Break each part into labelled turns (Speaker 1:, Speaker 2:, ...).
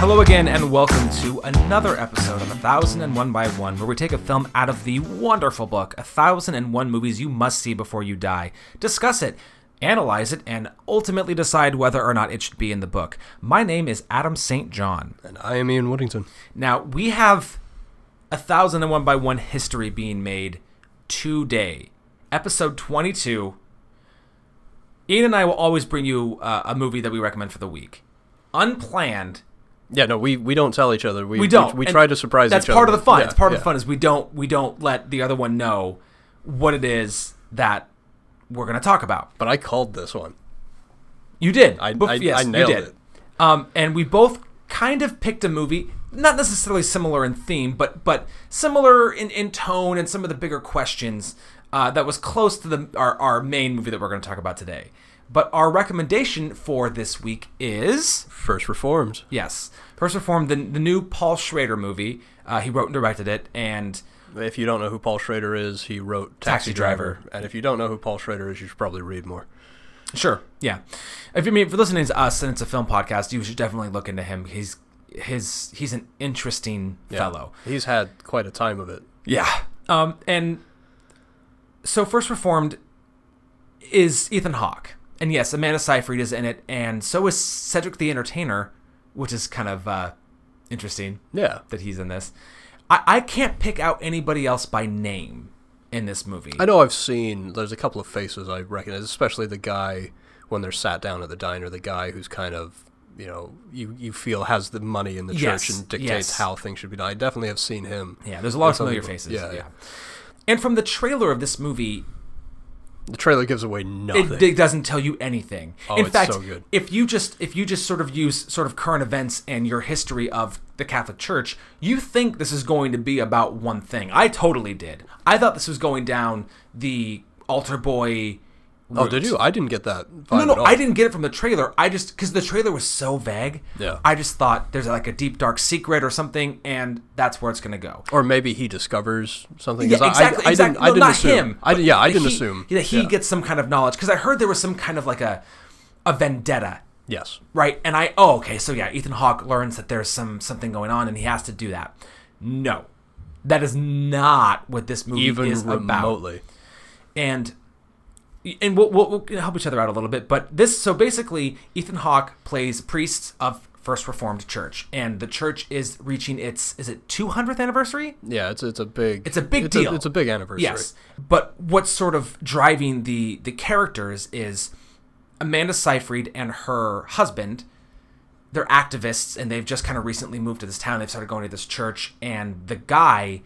Speaker 1: Hello again, and welcome to another episode of 1001 by 1, where we take a film out of the wonderful book, 1001 Movies You Must See Before You Die, discuss it, analyze it, and ultimately decide whether or not it should be in the book. My name is Adam St. John.
Speaker 2: And I am Ian Woodington.
Speaker 1: Now, we have 1001 by 1 history being made today, episode 22. Ian and I will always bring you uh, a movie that we recommend for the week. Unplanned.
Speaker 2: Yeah, no, we, we don't tell each other. We,
Speaker 1: We don't.
Speaker 2: We, we
Speaker 1: And
Speaker 2: try to surprise
Speaker 1: That's
Speaker 2: each other.
Speaker 1: part of the fun.
Speaker 2: Yeah,
Speaker 1: it's part of
Speaker 2: yeah.
Speaker 1: the fun is we don't we don't let the other one know what it is that we're going to talk about.
Speaker 2: But I called this one.
Speaker 1: You did.
Speaker 2: I-
Speaker 1: Bef-
Speaker 2: I- I nailed it.
Speaker 1: Um, and we both kind of picked a movie, not necessarily similar in theme, but but similar in, in tone and some of the bigger questions uh, that was close to the our, our main movie that we're going to talk about today. But our recommendation for this week is
Speaker 2: First Reforms.
Speaker 1: yes, first reform the the new Paul Schrader movie. Uh, he wrote and directed it, and
Speaker 2: If you don't know who Paul Schrader is, he wrote Taxi,
Speaker 1: Taxi
Speaker 2: Driver.
Speaker 1: Driver.
Speaker 2: And if you don't know who Paul Schrader is, you should probably read more.
Speaker 1: Sure. Yeah. If you mean if you're listening to us and it's a film podcast, you should definitely look into him. He's his he's an interesting
Speaker 2: Yeah.
Speaker 1: fellow.
Speaker 2: He's had quite a time of it.
Speaker 1: Yeah. Um and so First Reformed is Ethan Hawke. And yes, Amanda Seyfried is in it and so is Cedric the Entertainer, which is kind of uh interesting
Speaker 2: Yeah.
Speaker 1: that he's in this. I, I can't pick out anybody else by name in this movie.
Speaker 2: I know I've seen, there's a couple of faces I recognize, especially the guy when they're sat down at the diner, the guy who's kind of, you know, you, you feel has the money in the
Speaker 1: Yes,
Speaker 2: church and dictates
Speaker 1: yes.
Speaker 2: how things should be done. I definitely have seen him.
Speaker 1: yeah, there's a lot of
Speaker 2: some
Speaker 1: familiar
Speaker 2: people-
Speaker 1: faces.
Speaker 2: yeah,
Speaker 1: Yeah,
Speaker 2: yeah.
Speaker 1: And from the trailer of this movie,
Speaker 2: The trailer gives away nothing.
Speaker 1: It, it doesn't tell you anything.
Speaker 2: Oh,
Speaker 1: In
Speaker 2: it's
Speaker 1: fact,
Speaker 2: so good.
Speaker 1: if you just if you just sort of use sort of current events and your history of the Catholic Church, you think this is going to be about one thing. I totally did. I thought this was going down the altar boy.
Speaker 2: Oh,
Speaker 1: route.
Speaker 2: did you? I didn't get that. Vibe
Speaker 1: No, no,
Speaker 2: at all.
Speaker 1: I didn't get it from the trailer. I just because the trailer was so vague.
Speaker 2: Yeah.
Speaker 1: I just thought there's like a deep dark secret or something, and that's where it's gonna go.
Speaker 2: Or maybe he discovers something.
Speaker 1: Yeah,
Speaker 2: 'cause I- I-
Speaker 1: exactly.
Speaker 2: I,
Speaker 1: exactly.
Speaker 2: didn't, I
Speaker 1: No,
Speaker 2: didn't
Speaker 1: not
Speaker 2: assume.
Speaker 1: him.
Speaker 2: I,
Speaker 1: but
Speaker 2: did- yeah, I
Speaker 1: that
Speaker 2: didn't
Speaker 1: he-
Speaker 2: assume.
Speaker 1: that he
Speaker 2: Yeah.
Speaker 1: gets some kind of knowledge because I heard there was some kind of like a a vendetta,
Speaker 2: Yes.
Speaker 1: right? And I oh okay, so yeah, Ethan Hawke learns that there's some something going on and he has to do that. No, that is not what this movie
Speaker 2: Even
Speaker 1: is about
Speaker 2: remotely.
Speaker 1: and and we'll, we'll, we'll help each other out a little bit. But this, so basically, Ethan Hawke plays priests of First Reformed Church, and the church is reaching its is it 200th anniversary?
Speaker 2: Yeah, it's it's a big.
Speaker 1: It's a big
Speaker 2: it's
Speaker 1: deal.
Speaker 2: it's a big anniversary.
Speaker 1: Yes, but what's sort of driving the the characters is Amanda Seyfried and her husband. They're activists, and they've just kind of recently moved to this town. They've started going to this church, and the guy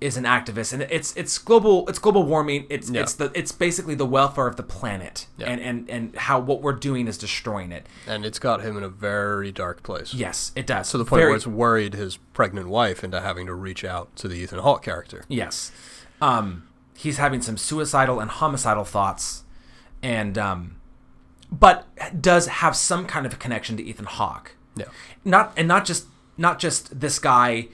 Speaker 1: is an activist, and it's it's global it's global warming. It's
Speaker 2: Yeah.
Speaker 1: it's the it's basically the welfare of the planet,
Speaker 2: Yeah.
Speaker 1: and and and how what we're doing is destroying it.
Speaker 2: And it's got him in a very dark place.
Speaker 1: Yes, it does.
Speaker 2: To the point
Speaker 1: Very-
Speaker 2: where it's worried his pregnant wife into having to reach out to the Ethan Hawke character.
Speaker 1: Yes. Um, he's having some suicidal and homicidal thoughts, and um, but does have some kind of a connection to Ethan Hawke.
Speaker 2: Yeah.
Speaker 1: Not and not just not just this guy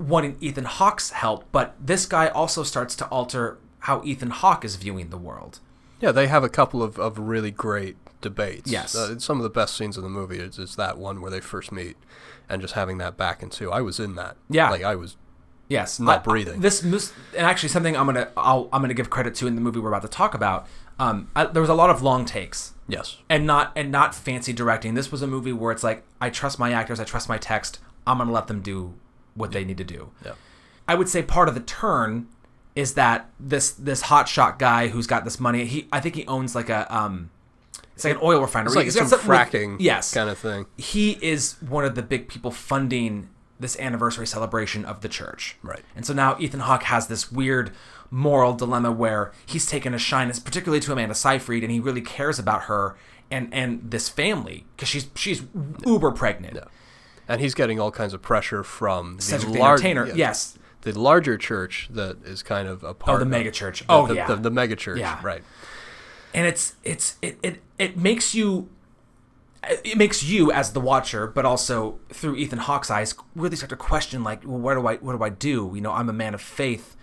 Speaker 1: wanting Ethan Hawke's help, but this guy also starts to alter how Ethan Hawke is viewing the world.
Speaker 2: Yeah, they have a couple of, of really great debates.
Speaker 1: Yes.
Speaker 2: Uh, some of the best scenes in the movie is, is that one where they first meet and just having that back and two. I was in that.
Speaker 1: Yeah.
Speaker 2: Like, I was.
Speaker 1: Yes,
Speaker 2: Not
Speaker 1: I-
Speaker 2: breathing.
Speaker 1: Uh, this, this and actually something I'm gonna I'll, I'm gonna give credit to in the movie we're about to talk about. Um, I, there was a lot of long takes
Speaker 2: Yes.
Speaker 1: and not and not fancy directing. This was a movie where it's like I trust my actors, I trust my text. I'm gonna let them do what they need to do.
Speaker 2: Yeah.
Speaker 1: I would say part of the turn is that this this hotshot guy who's got this money. He I think he owns like a um, it's like an oil refinery.
Speaker 2: It's like
Speaker 1: He's
Speaker 2: some
Speaker 1: got something
Speaker 2: fracking
Speaker 1: with- yes,
Speaker 2: kind of thing.
Speaker 1: he is one of the big people funding this anniversary celebration of the church.
Speaker 2: Right.
Speaker 1: And so now Ethan Hawke has this weird moral dilemma where he's taken a shyness, particularly to Amanda Seyfried, and he really cares about her and and this family because she's she's uber pregnant.
Speaker 2: and he's getting all kinds of pressure from the
Speaker 1: Cedric the
Speaker 2: lar-
Speaker 1: Entertainer,
Speaker 2: yeah,
Speaker 1: yes.
Speaker 2: the larger church that is kind of a part
Speaker 1: the
Speaker 2: of-
Speaker 1: mega church.
Speaker 2: the-
Speaker 1: Oh,
Speaker 2: the,
Speaker 1: yeah.
Speaker 2: the, the mega church,
Speaker 1: Yeah.
Speaker 2: right?
Speaker 1: and it's it's it it, it makes you it makes you as the watcher but also through ethan hawke's eyes really start to question like well, what do i what do i do you know i'm a man of faith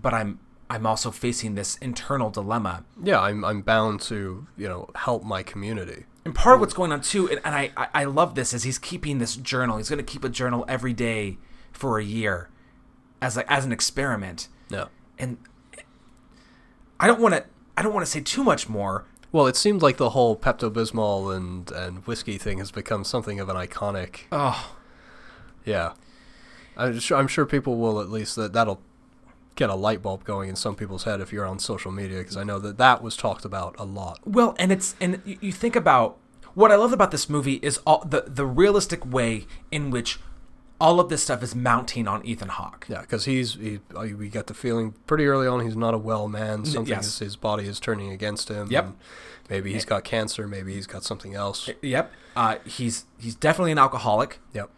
Speaker 1: but i'm i'm also facing this internal dilemma
Speaker 2: Yeah, I'm I'm bound to you know help my community.
Speaker 1: And part of what's going on too, and, and I, I I love this, is he's keeping this journal. He's going to keep a journal every day for a year, as like as an experiment.
Speaker 2: No.
Speaker 1: And I don't want to I don't want to say too much more.
Speaker 2: Well, it seemed like the whole Pepto Bismol and and whiskey thing has become something of an iconic.
Speaker 1: Oh,
Speaker 2: Yeah, I'm sure, I'm sure people will at least that that'll get a light bulb going in some people's head if you're on social media because I know that that was talked about a lot.
Speaker 1: Well, and it's and you you think about what I love about this movie is all the the realistic way in which all of this stuff is mounting on Ethan Hawke.
Speaker 2: Yeah, because he's he, uh, we got the feeling pretty early on he's not a well man. Something
Speaker 1: yes.
Speaker 2: is, his body is turning against him.
Speaker 1: Yep. Eh.
Speaker 2: and Maybe he's got cancer. Maybe he's got something else.
Speaker 1: Yep. Uh, he's he's definitely an alcoholic.
Speaker 2: Yep.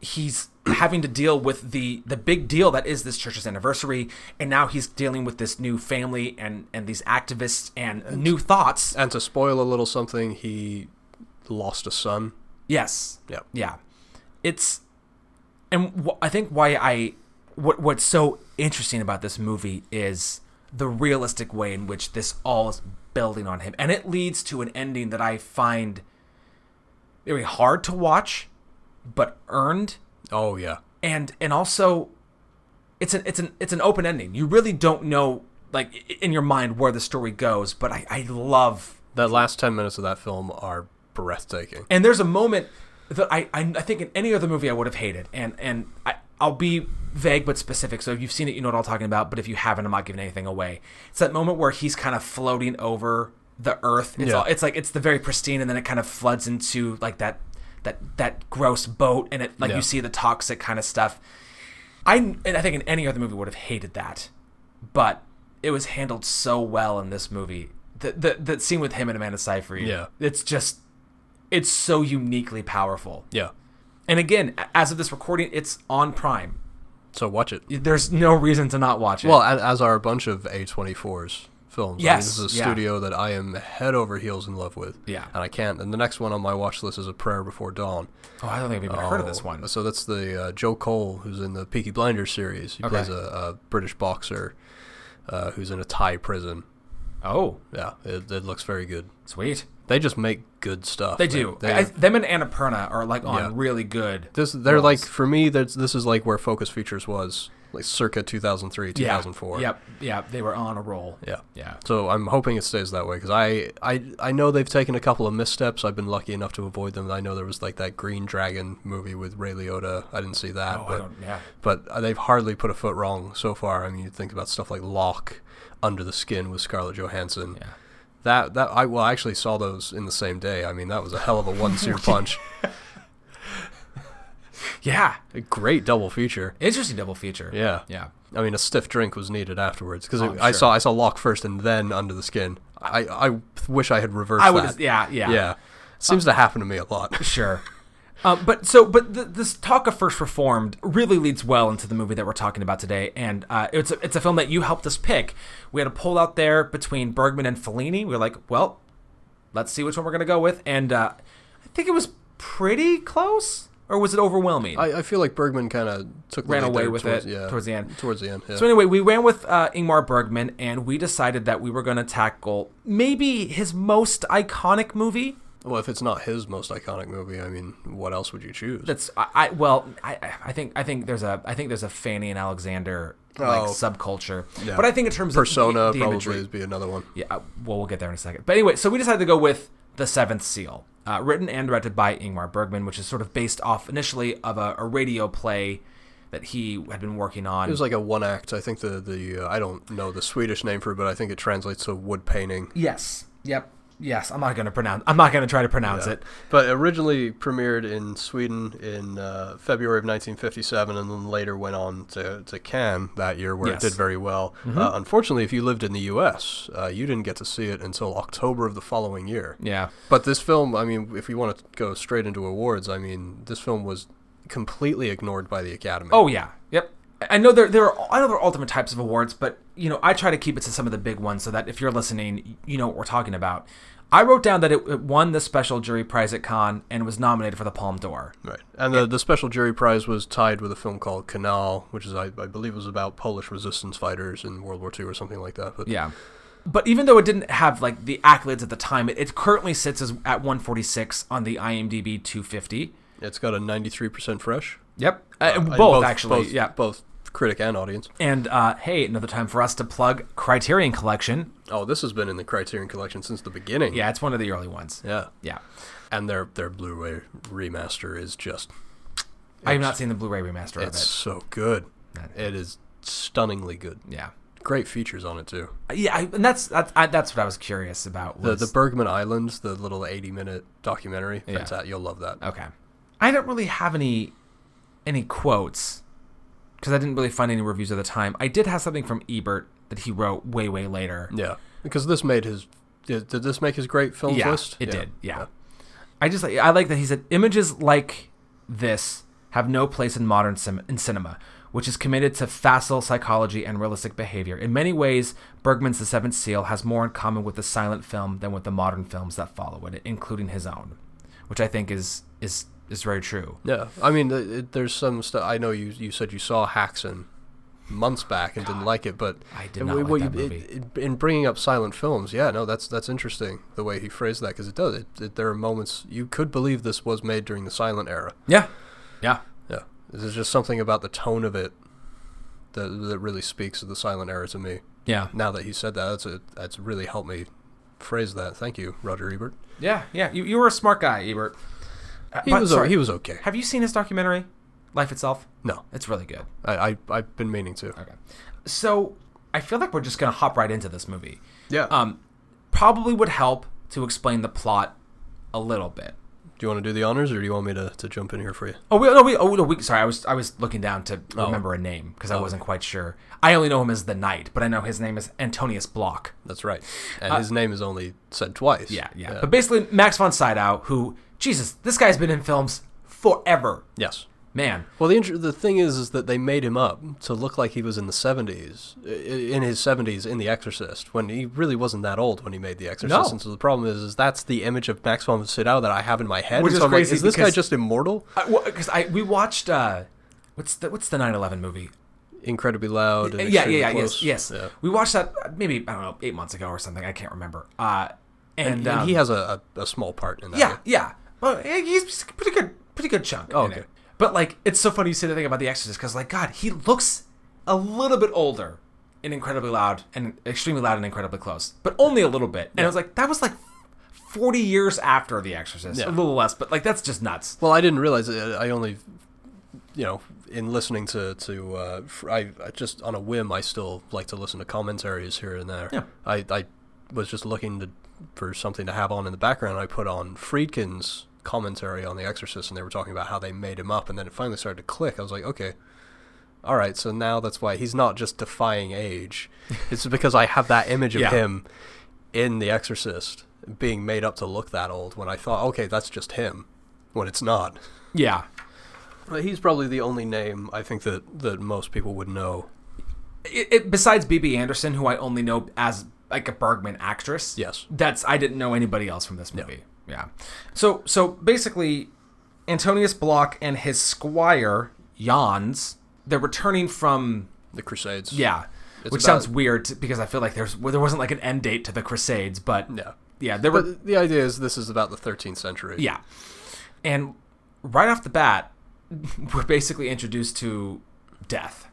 Speaker 1: He's having to deal with the the big deal that is this church's anniversary, and now he's dealing with this new family and and these activists and new thoughts.
Speaker 2: And to spoil a little something, he lost a son.
Speaker 1: Yes.
Speaker 2: Yep.
Speaker 1: Yeah. It's and wh- I think why I what what's so interesting about this movie is the realistic way in which this all is building on him and it leads to an ending that I find very hard to watch but earned
Speaker 2: Oh yeah.
Speaker 1: and and also it's an it's an it's an open ending. You really don't know like i- in your mind where the story goes, but I I love
Speaker 2: That last 10 minutes of that film are breathtaking.
Speaker 1: And there's a moment that I, I, I think in any other movie I would have hated. And and I, I'll be vague but specific. So if you've seen it, you know what I'm talking about. But if you haven't, I'm not giving anything away. It's that moment where he's kind of floating over the earth. It's,
Speaker 2: Yeah.
Speaker 1: all, it's like it's the very pristine, and then it kind of floods into like that that that gross boat, and it like
Speaker 2: Yeah.
Speaker 1: you see the toxic kind of stuff. I and I think in any other movie would have hated that, but it was handled so well in this movie. The the, the scene with him and Amanda Seyfried.
Speaker 2: Yeah.
Speaker 1: it's just it's so uniquely powerful.
Speaker 2: Yeah.
Speaker 1: And again, a- as of this recording, it's on Prime.
Speaker 2: So watch it.
Speaker 1: There's no reason to not watch it.
Speaker 2: Well, a- as are a bunch of A24's films. I mean,
Speaker 1: Yes,
Speaker 2: this is a
Speaker 1: yeah.
Speaker 2: studio that I am head over heels in love with.
Speaker 1: Yeah.
Speaker 2: And I can't. And the next one on my watch list is A Prayer Before Dawn.
Speaker 1: oh, I don't think I've even heard of this one.
Speaker 2: So that's the uh, Joe Cole, who's in the Peaky Blinders series. He
Speaker 1: Okay.
Speaker 2: plays a, a British boxer uh, who's in a Thai prison.
Speaker 1: Oh,
Speaker 2: Yeah, it, it looks very good.
Speaker 1: sweet.
Speaker 2: They just make good stuff.
Speaker 1: They do.
Speaker 2: They,
Speaker 1: I- I- them and Annapurna are like on
Speaker 2: Yeah.
Speaker 1: really good.
Speaker 2: This they're
Speaker 1: roles.
Speaker 2: like for me. That's this is like where Focus Features was like circa 2003,
Speaker 1: Yeah.
Speaker 2: 2004.
Speaker 1: Yep. Yeah. They were on a roll.
Speaker 2: Yeah.
Speaker 1: Yeah.
Speaker 2: So I'm hoping it stays that way because I, I I know they've taken a couple of missteps. I've been lucky enough to avoid them. I know there was like that Green Dragon movie with Ray Liotta. I didn't see that,
Speaker 1: Oh, I
Speaker 2: but
Speaker 1: don't. Yeah.
Speaker 2: but they've hardly put a foot wrong so far. I mean, you think about stuff like Locke, Under the Skin with Scarlett Johansson.
Speaker 1: Yeah.
Speaker 2: That that I well I actually saw those in the same day. I mean, that was a hell of a one-two punch.
Speaker 1: Yeah.
Speaker 2: A great double feature.
Speaker 1: Interesting double feature.
Speaker 2: Yeah.
Speaker 1: Yeah.
Speaker 2: I mean, a stiff drink was needed afterwards because
Speaker 1: Oh, I'm
Speaker 2: I
Speaker 1: sure.
Speaker 2: saw I saw Locke first and then Under the Skin. I, I wish I had reversed
Speaker 1: I
Speaker 2: that.
Speaker 1: would. Yeah. Yeah.
Speaker 2: yeah. Seems to happen to me a lot.
Speaker 1: Sure. Um, but so, but th- this talk of First Reformed really leads well into the movie that we're talking about today, and uh, it's a, it's a film that you helped us pick. We had a poll out there between Bergman and Fellini. We were like, well, let's see which one we're gonna go with, and uh, I think it was pretty close, or was it overwhelming?
Speaker 2: I, I feel like Bergman kind of took the
Speaker 1: Ran
Speaker 2: lead
Speaker 1: away
Speaker 2: there
Speaker 1: with
Speaker 2: towards,
Speaker 1: it
Speaker 2: yeah,
Speaker 1: towards the end.
Speaker 2: Towards the end, yeah.
Speaker 1: So anyway, we ran with uh, Ingmar Bergman, and we decided that we were gonna tackle maybe his most iconic movie.
Speaker 2: well, if it's not his most iconic movie, I mean, what else would you choose?
Speaker 1: That's I, I well I I think I think there's a I think there's a Fanny and Alexander like
Speaker 2: Oh.
Speaker 1: subculture,
Speaker 2: Yeah.
Speaker 1: but I think in terms
Speaker 2: Persona
Speaker 1: of the- the,
Speaker 2: probably
Speaker 1: imagery,
Speaker 2: would be another one.
Speaker 1: yeah. uh, Well, we'll get there in a second. But anyway, so we decided to go with the Seventh Seal, uh, written and directed by Ingmar Bergman, which is sort of based off initially of a, a radio play that he had been working on.
Speaker 2: It was like a one act. I think the the uh, I don't know the Swedish name for it, but I think it translates to wood painting.
Speaker 1: yes, yep, yes. I'm not gonna pronounce. I'm not gonna try to pronounce
Speaker 2: Yeah.
Speaker 1: it.
Speaker 2: But originally premiered in Sweden in uh, February of 1957, and then later went on to, to Cannes that year, where
Speaker 1: Yes. Mm-hmm.
Speaker 2: it did very well. Uh, unfortunately, if you lived in the U.S., uh, you didn't get to see it until October of the following year.
Speaker 1: Yeah.
Speaker 2: But this film, I mean, if you want to go straight into awards, I mean, this film was completely ignored by the Academy.
Speaker 1: Oh yeah. Yep. I- I know there there are I know there are ultimate types of awards, but you know I try to keep it to some of the big ones so that if you're listening, you know what we're talking about. I wrote down that it, it won the special jury prize at Cannes and was nominated for the Palme d'Or.
Speaker 2: Right. And the, the special jury prize was tied with a film called Canal, which is I, I believe was about Polish resistance fighters in World War II or something like that. But
Speaker 1: Yeah. But even though it didn't have like the accolades at the time, it, it currently sits as, at 146 on the IMDb 250.
Speaker 2: It's got a 93% fresh.
Speaker 1: Yep, uh,
Speaker 2: Uh,
Speaker 1: both, actually.
Speaker 2: both-
Speaker 1: yeah,
Speaker 2: Both critic and audience.
Speaker 1: and uh, hey, another time for us to plug Criterion Collection.
Speaker 2: Oh, this has been in the Criterion Collection since the beginning.
Speaker 1: Yeah, it's one of the early ones.
Speaker 2: Yeah.
Speaker 1: Yeah,
Speaker 2: And their their Blu-ray remaster is just
Speaker 1: I have not seen the Blu-ray remaster of
Speaker 2: it's
Speaker 1: it.
Speaker 2: so good.
Speaker 1: Not-
Speaker 2: It is stunningly good.
Speaker 1: Yeah,
Speaker 2: Great features on it too.
Speaker 1: yeah, I, and that's that's, I, that's what I was curious about.
Speaker 2: The
Speaker 1: Was,
Speaker 2: the Bergman Islands, the little 80-minute documentary.
Speaker 1: Yeah.
Speaker 2: Fantastic. You'll love that.
Speaker 1: okay, I don't really have any any quotes because I didn't really find any reviews at the time. I did have something from Ebert that he wrote way way later.
Speaker 2: Yeah. Because this made his did, did this make his great films
Speaker 1: yeah,
Speaker 2: list?
Speaker 1: It did. Yeah. I just like I like that he said images like this have no place in modern cin- in cinema, which is committed to facile psychology and realistic behavior. In many ways, Bergman's The Seventh Seal has more in common with the silent film than with the modern films that follow it, including his own, which I think is is is very true.
Speaker 2: Yeah, I mean, th- it, there's some stuff. I know you you said you saw Haxon months back and didn't like it, but
Speaker 1: I did
Speaker 2: and
Speaker 1: not
Speaker 2: wh-
Speaker 1: like
Speaker 2: what
Speaker 1: that
Speaker 2: you- it- it- in bringing up silent films, yeah, no, that's that's interesting the way he phrased that because it does. It, it, there are moments you could believe this was made during the silent era.
Speaker 1: Yeah, yeah,
Speaker 2: Yeah, there's just something about the tone of it that that really speaks of the silent era to me.
Speaker 1: yeah,
Speaker 2: Now that you said that, that's a, that's really helped me phrase that. Thank you, Roger Ebert.
Speaker 1: yeah, yeah. You, you were a smart guy, Ebert. Uh,
Speaker 2: He
Speaker 1: but,
Speaker 2: was o-
Speaker 1: sorry,
Speaker 2: he was okay.
Speaker 1: Have you seen his documentary, Life Itself?
Speaker 2: No,
Speaker 1: It's really good.
Speaker 2: I, I I've been meaning to.
Speaker 1: Okay. So I feel like we're just gonna hop right into this movie.
Speaker 2: Yeah.
Speaker 1: Um, probably would help to explain the plot a little bit.
Speaker 2: Do you want to do the honors, or do you want me to, to jump in here for you?
Speaker 1: Oh wait, no, we oh no, we sorry, I was I was looking down to remember a name because I wasn't quite sure. I only know him as the Knight, but I know his name is Antonius Block.
Speaker 2: That's right. And his name is only said twice. Uh,
Speaker 1: Yeah, yeah. But basically, Max von Sydow, who Jesus, this guy's been in films forever,
Speaker 2: yes.
Speaker 1: man.
Speaker 2: Well, the inter- the thing is, is that they made him up to look like he was in the seventies, in his seventies, in The Exorcist, when he really wasn't that old when he made The Exorcist.
Speaker 1: No.
Speaker 2: And so the problem is, is that's the image of Max von Sydow that I have in my head.
Speaker 1: Which
Speaker 2: And
Speaker 1: is
Speaker 2: so I'm like,
Speaker 1: crazy
Speaker 2: is this guy
Speaker 1: because-
Speaker 2: just immortal?
Speaker 1: Because I, we watched uh, what's the what's the 9/11 movie?
Speaker 2: Incredibly loud. And
Speaker 1: yeah, yeah, yeah,
Speaker 2: extremely close.
Speaker 1: yes, yes.
Speaker 2: Yeah.
Speaker 1: We watched that uh, maybe I don't know eight months ago or something. I can't remember. Uh, and,
Speaker 2: And,
Speaker 1: um,
Speaker 2: he has a, a, a small part in that.
Speaker 1: Yeah, yeah. Well, eh, he's a pretty good, pretty good chunk.
Speaker 2: Oh,
Speaker 1: in
Speaker 2: okay.
Speaker 1: it. But like, it's so funny you say the thing about The Exorcist because, like, God, he looks a little bit older and incredibly loud and extremely loud and incredibly close, but only a little bit. And I was like, that was like forty years after The Exorcist,
Speaker 2: Yeah.
Speaker 1: a little less, but like that's just nuts.
Speaker 2: Well, I didn't realize. It. I only, you know, in listening to to uh, fr- I, I just on a whim, I still like to listen to commentaries here and there.
Speaker 1: Yeah.
Speaker 2: I I was just looking to, for something to have on in the background. I put on Friedkin's commentary on The Exorcist, and they were talking about how they made him up, and then it finally started to click. I was like, okay. All right, so now that's why he's not just defying age. It's because I have that image of
Speaker 1: Yeah.
Speaker 2: him in The Exorcist being made up to look that old when I thought, okay, that's just him, when it's not.
Speaker 1: Yeah,
Speaker 2: But he's probably the only name I think that, that most people would know.
Speaker 1: it, it, besides BB Anderson, who I only know as like a Bergman actress.
Speaker 2: Yes.
Speaker 1: that's I didn't know anybody else from this movie. Yeah. So so basically, Antonius Block and his squire Jans, they're returning from
Speaker 2: The Crusades.
Speaker 1: yeah,
Speaker 2: It's
Speaker 1: which
Speaker 2: about-
Speaker 1: sounds weird t- because I feel like there's well, there wasn't like an end date to the Crusades, but
Speaker 2: Yeah.
Speaker 1: yeah, there were
Speaker 2: But the idea is this is about the 13th century.
Speaker 1: yeah, and right off the bat, we're basically introduced to death.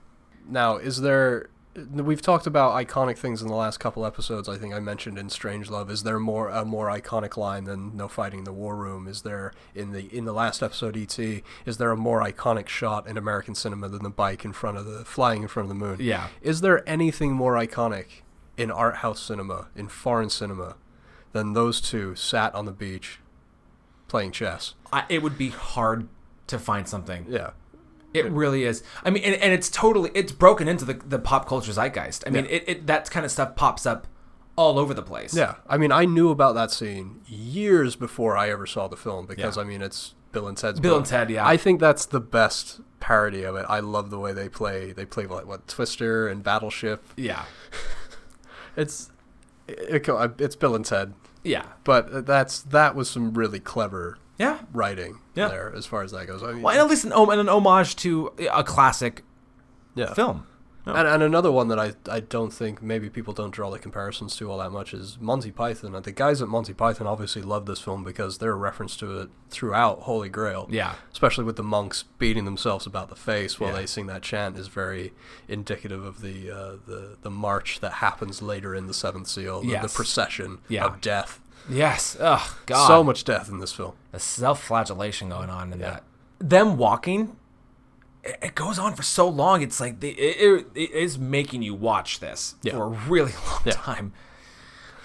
Speaker 2: Now, is there. We've talked about iconic things in the last couple episodes. I think I mentioned in Strange Love. Is there more a more iconic line than "No fighting in the war room"? Is there in the in the last episode ET? Is there a more iconic shot in American cinema than the bike in front of the flying in front of the moon?
Speaker 1: Yeah.
Speaker 2: Is there anything more iconic in art house cinema, in foreign cinema, than those two sat on the beach playing chess?
Speaker 1: I, it would be hard to find something.
Speaker 2: Yeah.
Speaker 1: It really is. I mean, and, and it's totally it's broken into the, the pop culture zeitgeist. I mean, it, it that kind of stuff pops up all over the place.
Speaker 2: Yeah. I mean, I knew about that scene years before I ever saw the film because,
Speaker 1: Yeah.
Speaker 2: I mean, it's Bill and Ted's
Speaker 1: Bill and
Speaker 2: book.
Speaker 1: Ted. Yeah,
Speaker 2: I think that's the best parody of it. I love the way they play. They play like what Twister and Battleship.
Speaker 1: yeah,
Speaker 2: It's it, it- it's Bill and Ted,
Speaker 1: yeah,
Speaker 2: but uh, that's that was some really clever
Speaker 1: yeah.
Speaker 2: writing
Speaker 1: Yeah.
Speaker 2: there as far as that goes. I mean,
Speaker 1: Well, and at least an, om- and an homage to a classic
Speaker 2: yeah.
Speaker 1: film. Oh.
Speaker 2: And, and another one that I, I don't think maybe people don't draw the comparisons to all that much is Monty Python. And the guys at Monty Python obviously love this film because they're a reference to it throughout Holy Grail.
Speaker 1: Yeah.
Speaker 2: Especially with the monks beating themselves about the face while
Speaker 1: Yeah.
Speaker 2: they sing that chant is very indicative of the uh, the, the march that happens later in the Seventh Seal, the,
Speaker 1: Yes.
Speaker 2: the procession
Speaker 1: Yeah. Ah.
Speaker 2: of death.
Speaker 1: Yes. Ugh. God.
Speaker 2: So much death in this film.
Speaker 1: the self-flagellation going on in that. Them walking, it, it goes on for so long. It's like the, it, it, it is making you watch this
Speaker 2: Yeah.
Speaker 1: for a really long time.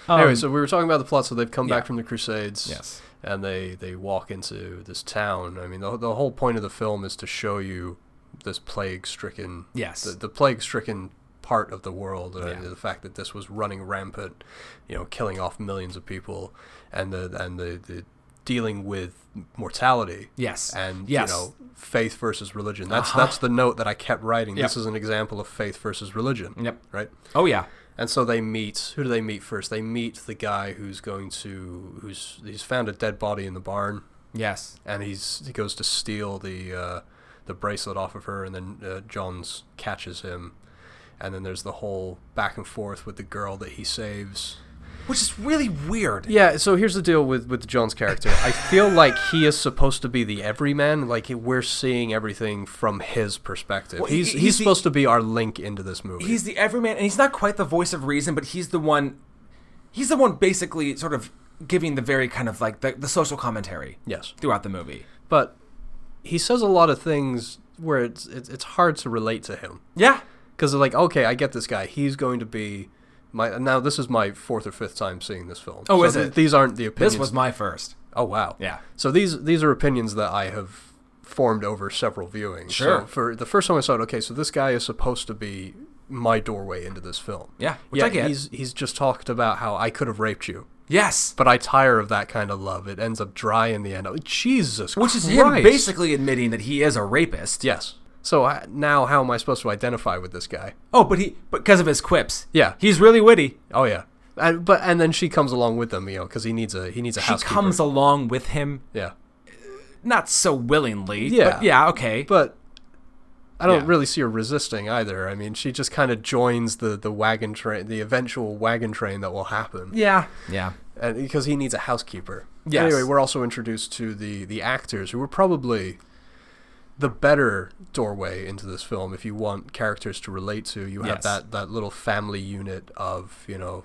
Speaker 2: anyway, so we were talking about the plot. So they've come back
Speaker 1: Um, yeah.
Speaker 2: from the Crusades.
Speaker 1: Yes.
Speaker 2: and they they walk into this town. I mean, the, the whole point of the film is to show you this plague stricken,
Speaker 1: Yes.
Speaker 2: the, the plague stricken part of the world, uh,
Speaker 1: Yeah.
Speaker 2: the fact that this was running rampant, you know, killing off millions of people, and the and the, the dealing with mortality.
Speaker 1: Yes.
Speaker 2: And
Speaker 1: Yes. Uh-huh.
Speaker 2: you know, faith versus religion. That's that's the note that I kept writing. This
Speaker 1: Yep.
Speaker 2: is an example of faith versus religion.
Speaker 1: Yep.
Speaker 2: Right.
Speaker 1: Oh yeah.
Speaker 2: And so they meet. Who do they meet first? They meet the guy who's going to who's he's found a dead body in the barn,
Speaker 1: Yes.
Speaker 2: and he's he goes to steal the uh, the bracelet off of her, and then uh, Johns catches him, and then there's the whole back and forth with the girl that he saves.
Speaker 1: Which is really weird.
Speaker 2: Yeah, so here's the deal with with John's character. I feel like he is supposed to be the everyman. Like we're seeing everything from his perspective.
Speaker 1: Well, he-
Speaker 2: he's, he's
Speaker 1: he's the-
Speaker 2: supposed to be our link into this movie.
Speaker 1: He's the everyman, and he's not quite the voice of reason, but he's the one. He's the one basically sort of giving the very kind of like the, the social commentary
Speaker 2: yes.
Speaker 1: throughout the movie.
Speaker 2: but he says a lot of things where it's it's, it's hard to relate to him
Speaker 1: Yeah.
Speaker 2: because like okay i get this guy he's going to be my now this is my fourth or fifth time seeing this film
Speaker 1: Oh,
Speaker 2: So
Speaker 1: is
Speaker 2: th-
Speaker 1: it?
Speaker 2: these aren't the opinions
Speaker 1: This was my first.
Speaker 2: oh wow
Speaker 1: Yeah.
Speaker 2: so these these are opinions that i have formed over several viewings
Speaker 1: Sure.
Speaker 2: so for the first time i saw it okay so this guy is supposed to be my doorway into this film
Speaker 1: Yeah, which
Speaker 2: yeah
Speaker 1: I get.
Speaker 2: he's he's just talked about how i could have raped you
Speaker 1: Yes.
Speaker 2: but I tire of that kind of love. It ends up dry in the end. Oh, Jesus
Speaker 1: Which is him
Speaker 2: Christ.
Speaker 1: basically admitting that he is a rapist.
Speaker 2: Yes. So I, now, how am I supposed to identify with this guy?
Speaker 1: Oh, but he because of his quips.
Speaker 2: Yeah.
Speaker 1: He's really witty.
Speaker 2: Oh yeah. And, but and then she comes along with them, you know, because he needs a he needs a
Speaker 1: She
Speaker 2: housekeeper.
Speaker 1: comes along with him,
Speaker 2: Yeah.
Speaker 1: not so willingly.
Speaker 2: Yeah.
Speaker 1: but yeah. Okay.
Speaker 2: But I don't
Speaker 1: Yeah.
Speaker 2: really see her resisting either. I mean, she just kind of joins the the wagon train, the eventual wagon train that will happen,
Speaker 1: yeah. Yeah.
Speaker 2: and because he needs a housekeeper.
Speaker 1: Yes.
Speaker 2: Anyway, we're also introduced to the the actors who were probably the better doorway into this film if you want characters to relate to. You have
Speaker 1: Yes.
Speaker 2: that that little family unit of you know.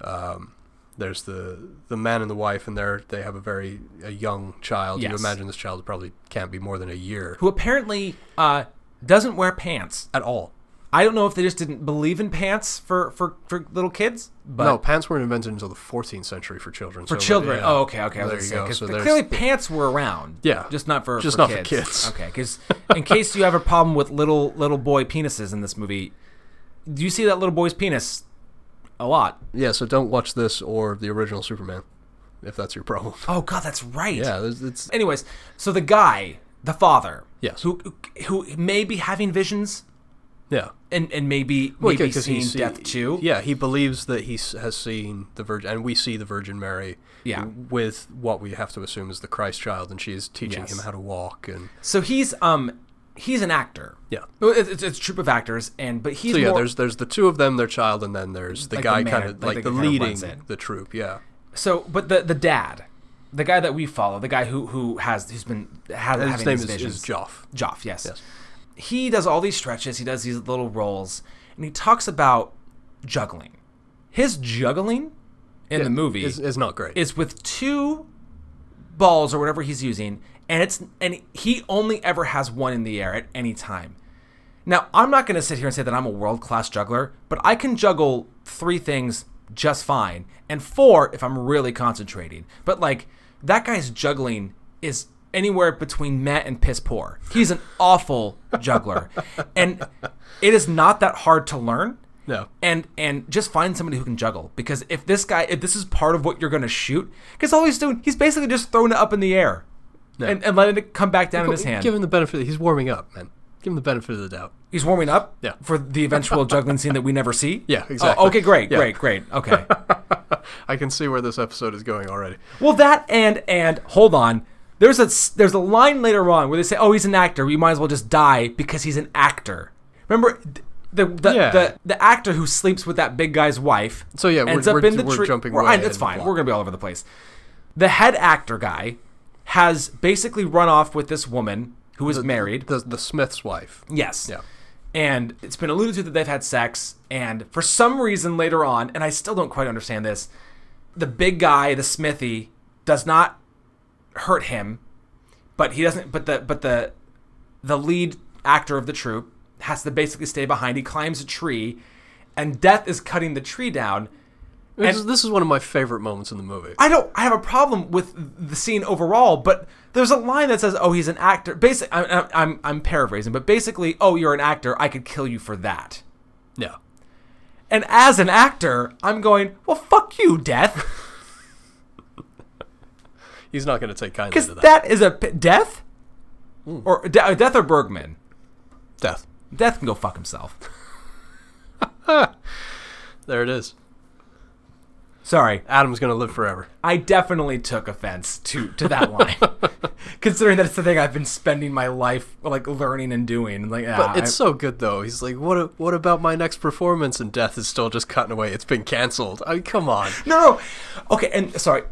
Speaker 2: Um, there's the the man and the wife, and they're they have a very a young child. You
Speaker 1: Yes.
Speaker 2: imagine this child probably can't be more than a year
Speaker 1: Who apparently uh, doesn't wear pants.
Speaker 2: at all.
Speaker 1: I don't know if they just didn't believe in pants for for, for little kids, but
Speaker 2: no, pants weren't invented until the 14th century for children.
Speaker 1: for children.
Speaker 2: yeah.
Speaker 1: Oh, okay, okay. I was
Speaker 2: There
Speaker 1: gonna
Speaker 2: you
Speaker 1: say,
Speaker 2: go.
Speaker 1: 'cause
Speaker 2: So
Speaker 1: the-
Speaker 2: there's-
Speaker 1: clearly pants were around.
Speaker 2: Yeah.
Speaker 1: Just not for
Speaker 2: Just
Speaker 1: for
Speaker 2: not for
Speaker 1: kids.
Speaker 2: kids.
Speaker 1: Okay, because in case you have a problem with little little boy penises in this movie, do you see that little boy's penis a lot?
Speaker 2: Yeah, so don't watch this or the original Superman, if that's your problem.
Speaker 1: Oh God, that's right.
Speaker 2: Yeah, there's- it's
Speaker 1: Anyways, so the guy, the father,
Speaker 2: Yes.
Speaker 1: who who may be having visions
Speaker 2: yeah.
Speaker 1: and and maybe
Speaker 2: Well,
Speaker 1: maybe
Speaker 2: 'cause
Speaker 1: seeing
Speaker 2: see-
Speaker 1: death too.
Speaker 2: Yeah, he believes that he s- has seen the Virgin, and we see the Virgin Mary.
Speaker 1: Yeah.
Speaker 2: With what we have to assume is the Christ Child, and she is teaching
Speaker 1: Yes.
Speaker 2: him how to walk, and
Speaker 1: So he's um he's an actor.
Speaker 2: yeah.
Speaker 1: Well, It's, it's, it's a troupe of actors, and but he's
Speaker 2: So yeah,
Speaker 1: more,
Speaker 2: there's there's the two of them, their child, and then there's the
Speaker 1: Like the
Speaker 2: guy
Speaker 1: man-
Speaker 2: kind of
Speaker 1: like
Speaker 2: like,
Speaker 1: the
Speaker 2: the
Speaker 1: guy who
Speaker 2: leading
Speaker 1: runs it.
Speaker 2: the troop. Yeah.
Speaker 1: so but the the dad, the guy that we follow, the guy who who has who's been has,
Speaker 2: And
Speaker 1: having
Speaker 2: his name
Speaker 1: these
Speaker 2: is,
Speaker 1: visions.
Speaker 2: is Joff.
Speaker 1: Joff, yes.
Speaker 2: Yes.
Speaker 1: He does all these stretches, he does these little rolls, and he talks about juggling. His juggling in the movie
Speaker 2: is, is not great.
Speaker 1: is with two balls or whatever he's using, and it's and he only ever has one in the air at any time. Now, I'm not going to sit here and say that I'm a world class juggler, but I can juggle three things just fine, and four if I'm really concentrating. But like that guy's juggling is anywhere between Matt and piss poor. He's an awful juggler, and it is not that hard to learn
Speaker 2: no.
Speaker 1: and and just find somebody who can juggle because if this guy if this is part of what you're going to shoot because all he's doing he's basically just throwing it up in the air and, and letting it come back down in his hand
Speaker 2: Give him the benefit. He's warming up, man. Give him the benefit of the doubt.
Speaker 1: he's warming up
Speaker 2: Yeah.
Speaker 1: for the eventual juggling scene that we never see
Speaker 2: Yeah,
Speaker 1: Oh,
Speaker 2: exactly.
Speaker 1: okay great
Speaker 2: Yeah.
Speaker 1: great great okay
Speaker 2: I can see where this episode is going already.
Speaker 1: well that and and hold on there's a s- there's a line later on where they say oh he's an actor we might as well just die because he's an actor remember th- the the,
Speaker 2: Yeah.
Speaker 1: the the actor who sleeps with that big guy's wife
Speaker 2: So yeah,
Speaker 1: ends
Speaker 2: we're,
Speaker 1: up
Speaker 2: we're,
Speaker 1: in the
Speaker 2: we're
Speaker 1: tree.
Speaker 2: jumping
Speaker 1: we're-
Speaker 2: way
Speaker 1: and
Speaker 2: ahead
Speaker 1: it's
Speaker 2: of the
Speaker 1: fine.
Speaker 2: plot.
Speaker 1: We're gonna be all over the place. The head actor guy has basically run off with this woman who is married.
Speaker 2: the the Smith's wife.
Speaker 1: yes.
Speaker 2: Yeah.
Speaker 1: And it's been alluded to that they've had sex, and for some reason later on, and I still don't quite understand this, the big guy, the Smithy, does not hurt him, but he doesn't. But the but the the lead actor of the troupe has to basically stay behind. He climbs a tree, and Death is cutting the tree down,
Speaker 2: This, is- this is one of my favorite moments in the movie.
Speaker 1: I don't. I have a problem with the scene overall, but there's a line that says, "Oh, he's an actor." Basically, I'm, I'm I'm paraphrasing, but basically, "Oh, you're an actor. I could kill you for that."
Speaker 2: yeah.
Speaker 1: And as an actor, I'm going, "Well, fuck you, death,"
Speaker 2: He's not going to take kindly
Speaker 1: because
Speaker 2: to that.
Speaker 1: that is a p- death, or De- uh, death or Bergman.
Speaker 2: Death.
Speaker 1: Death can go fuck himself.
Speaker 2: There it is.
Speaker 1: Sorry,
Speaker 2: Adam's going to live forever.
Speaker 1: I definitely took offense to to that line, considering that it's the thing I've been spending my life like learning and doing. Like, ah,
Speaker 2: It's so good though. He's like, "What? a- What about my next performance?" And Death is still just cutting away. It's been canceled. I mean, come on.
Speaker 1: No, no. Okay, and sorry.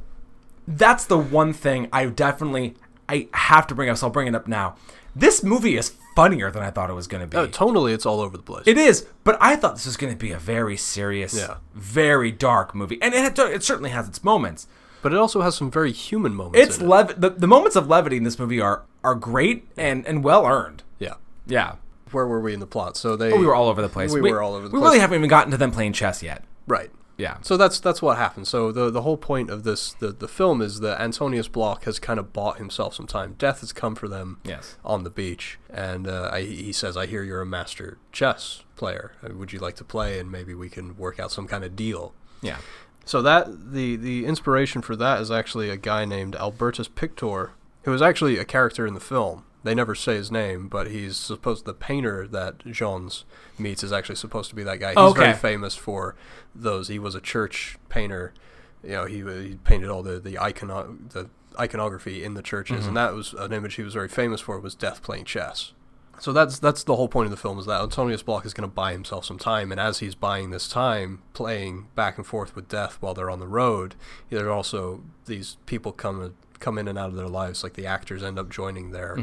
Speaker 1: That's the one thing I definitely I have to bring up. So I'll bring it up now. This movie is funnier than I thought it was going to be.
Speaker 2: No, tonally, it's all over the place.
Speaker 1: it is, but I thought this was going to be a very serious,
Speaker 2: Yeah.
Speaker 1: very dark movie, and it, it certainly has its moments.
Speaker 2: but it also has some very human moments.
Speaker 1: It's
Speaker 2: in it.
Speaker 1: lev- the, the moments of levity in this movie are are great and and well earned.
Speaker 2: yeah.
Speaker 1: Yeah,
Speaker 2: Where were we in the plot? So they
Speaker 1: Oh, we were all over the place.
Speaker 2: We were all over the
Speaker 1: we
Speaker 2: place.
Speaker 1: really haven't even gotten to them playing chess yet.
Speaker 2: right.
Speaker 1: Yeah,
Speaker 2: So that's that's what happened. So the the whole point of this the, the film is that Antonius Block has kind of bought himself some time. Death has come for them.
Speaker 1: Yes.
Speaker 2: On the beach, and uh, I, he says, "I hear you're a master chess player. Uh, Would you like to play? And maybe we can work out some kind of deal."
Speaker 1: yeah.
Speaker 2: So that the the inspiration for that is actually a guy named Albertus Pictor, who is actually a character in the film. They never say his name, but he's supposed the painter that Jean's meets is actually supposed to be that guy. He's very
Speaker 1: Okay.
Speaker 2: famous for those. He was a church painter. You know, he, he painted all the the icono- the iconography in the churches, and that was an image he was very famous for was death playing chess. So that's that's the whole point of the film is that Antonius Block is going to buy himself some time, and as he's buying this time, playing back and forth with death while they're on the road, there are also these people come come in and out of their lives. Like the actors end up joining their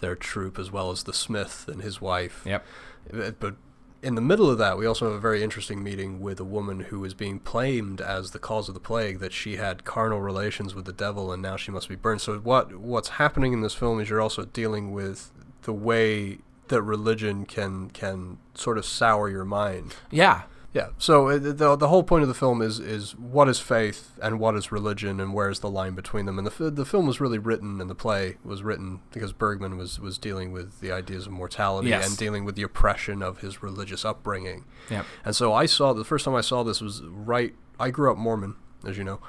Speaker 2: their troupe as well as the Smith and his wife.
Speaker 1: Yep.
Speaker 2: But but in the middle of that, we also have a very interesting meeting with a woman who is being blamed as the cause of the plague that she had carnal relations with the devil and now she must be burned. So what what's happening in this film is you're also dealing with the way that religion can can sort of sour your mind.
Speaker 1: Yeah.
Speaker 2: Yeah. So uh, the the whole point of the film is is what is faith and what is religion and where is the line between them. And the f- the film was really written and the play was written because Bergman was was dealing with the ideas of mortality
Speaker 1: Yes.
Speaker 2: and dealing with the oppression of his religious upbringing.
Speaker 1: Yep.
Speaker 2: And so I saw the first time I saw this was right. I grew up Mormon, as you know,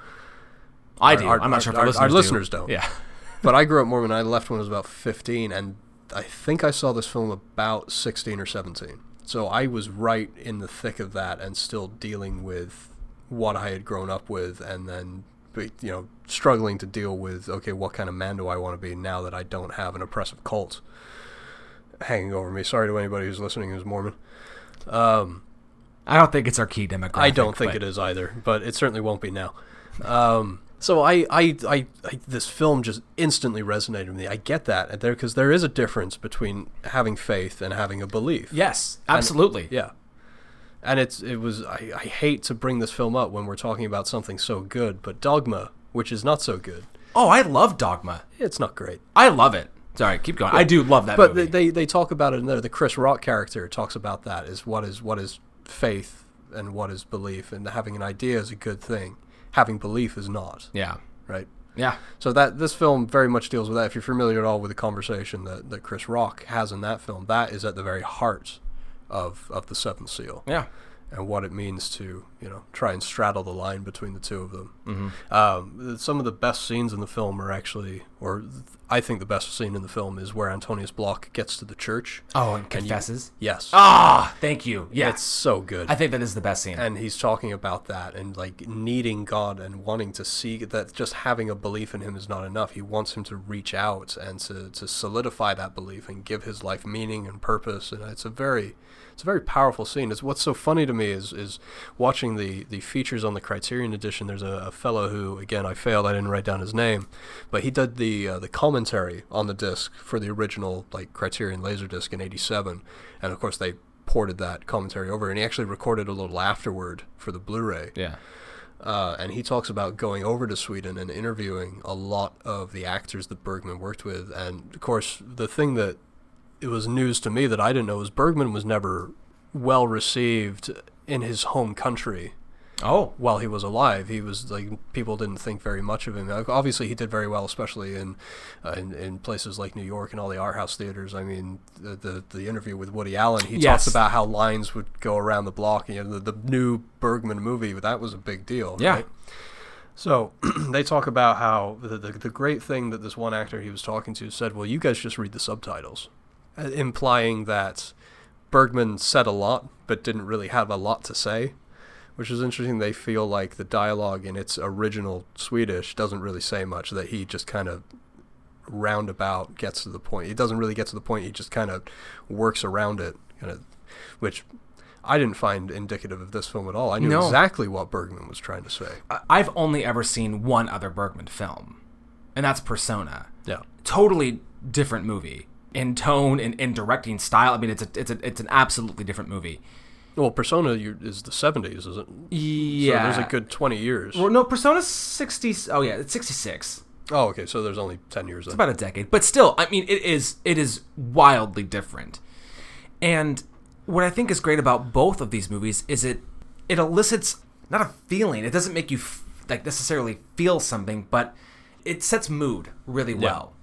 Speaker 1: I do.
Speaker 2: our-
Speaker 1: I'm not sure if
Speaker 2: our-
Speaker 1: our, listeners,
Speaker 2: our
Speaker 1: do.
Speaker 2: listeners don't.
Speaker 1: Yeah.
Speaker 2: but I grew up Mormon. I left when I was about fifteen, and I think I saw this film about sixteen or seventeen. So I was right in the thick of that, and still dealing with what I had grown up with, and then but, you know struggling to deal with okay, what kind of man do I want to be now that I don't have an oppressive cult hanging over me? Sorry to anybody who's listening who's Mormon.
Speaker 1: I don't think it's our key demographic.
Speaker 2: I don't think
Speaker 1: but-
Speaker 2: it is either, but it certainly won't be now. Um, so I, I, I, I, this film just instantly resonated with me. I get that and there because there is a difference between having faith and having a belief.
Speaker 1: Yes, absolutely.
Speaker 2: Yeah. And it's it was I, I hate to bring this film up when we're talking about something so good, but Dogma, which is not so good,
Speaker 1: Oh, I love Dogma.
Speaker 2: it's not great.
Speaker 1: I love it. Sorry, keep going. I do love that
Speaker 2: But
Speaker 1: movie.
Speaker 2: they, they they talk about it in there. The Chris Rock character talks about that is what is what is faith and what is belief, and having an idea is a good thing. Having belief is not
Speaker 1: yeah.
Speaker 2: right.
Speaker 1: Yeah.
Speaker 2: So that this film very much deals with that. If you're familiar at all with the conversation that, that Chris Rock has in that film, that is at the very heart of of the Seventh Seal
Speaker 1: Yeah.
Speaker 2: and what it means to you you know try and straddle the line between the two of them.
Speaker 1: Mm-hmm.
Speaker 2: Um, th- some of the best scenes in the film are actually, or th- I think the best scene in the film is where Antonius Block gets to the church.
Speaker 1: Oh, and confesses.
Speaker 2: Yes,
Speaker 1: Ah, thank you. Yeah,
Speaker 2: it's so good.
Speaker 1: I think that is the best scene.
Speaker 2: and he's talking about that and like needing God and wanting to see that just having a belief in him is not enough. He wants him to reach out and to, to solidify that belief and give his life meaning and purpose. And it's a very it's a very powerful scene. It's what's so funny to me is is watching the the features on the Criterion edition. There's a, a fellow who again I failed. I didn't write down his name, but he did the uh, the commentary on the disc for the original like Criterion Laserdisc in '87, and of course they ported that commentary over and he actually recorded a little afterward for the blu-ray
Speaker 3: Yeah.
Speaker 2: uh, and he talks about going over to sweden and interviewing a lot of the actors that bergman worked with and of course the thing that it was news to me that i didn't know was bergman was never well received in his home country
Speaker 1: oh,
Speaker 2: while he was alive he was like people didn't think very much of him Like, obviously he did very well especially in uh, in, in places like new york and all the art house theaters i mean the the, the interview with woody allen he
Speaker 1: Yes.
Speaker 2: talks about how lines would go around the block you know the, the new bergman movie that was a big deal
Speaker 1: Yeah.
Speaker 2: right? so they talk about how the, the, the great thing that this one actor he was talking to said well you guys just read the subtitles uh, implying that Bergman said a lot, but didn't really have a lot to say, which is interesting. They feel like the dialogue in its original Swedish doesn't really say much, that he just kind of roundabout gets to the point. He doesn't really get to the point, he just kind of works around it, kind of, which I didn't find indicative of this film at all. I knew
Speaker 1: No.
Speaker 2: exactly what Bergman was trying to say.
Speaker 1: I- I've only ever seen one other Bergman film, and that's Persona.
Speaker 2: Yeah.
Speaker 1: Totally different movie in tone and in directing style. I mean, it's a, it's a, it's an absolutely different movie.
Speaker 2: Well, Persona you- is the 70s, isn't it?
Speaker 1: Yeah,
Speaker 2: So there's a good 20 years.
Speaker 1: Well, no, Persona's sixty. Oh yeah, it's sixty six.
Speaker 2: Oh, okay. So there's only 10 years. Then.
Speaker 1: about a decade but still i mean it is it is wildly different and what i think is great about both of these movies is it it elicits not a feeling it doesn't make you f- like necessarily feel something but it sets mood really well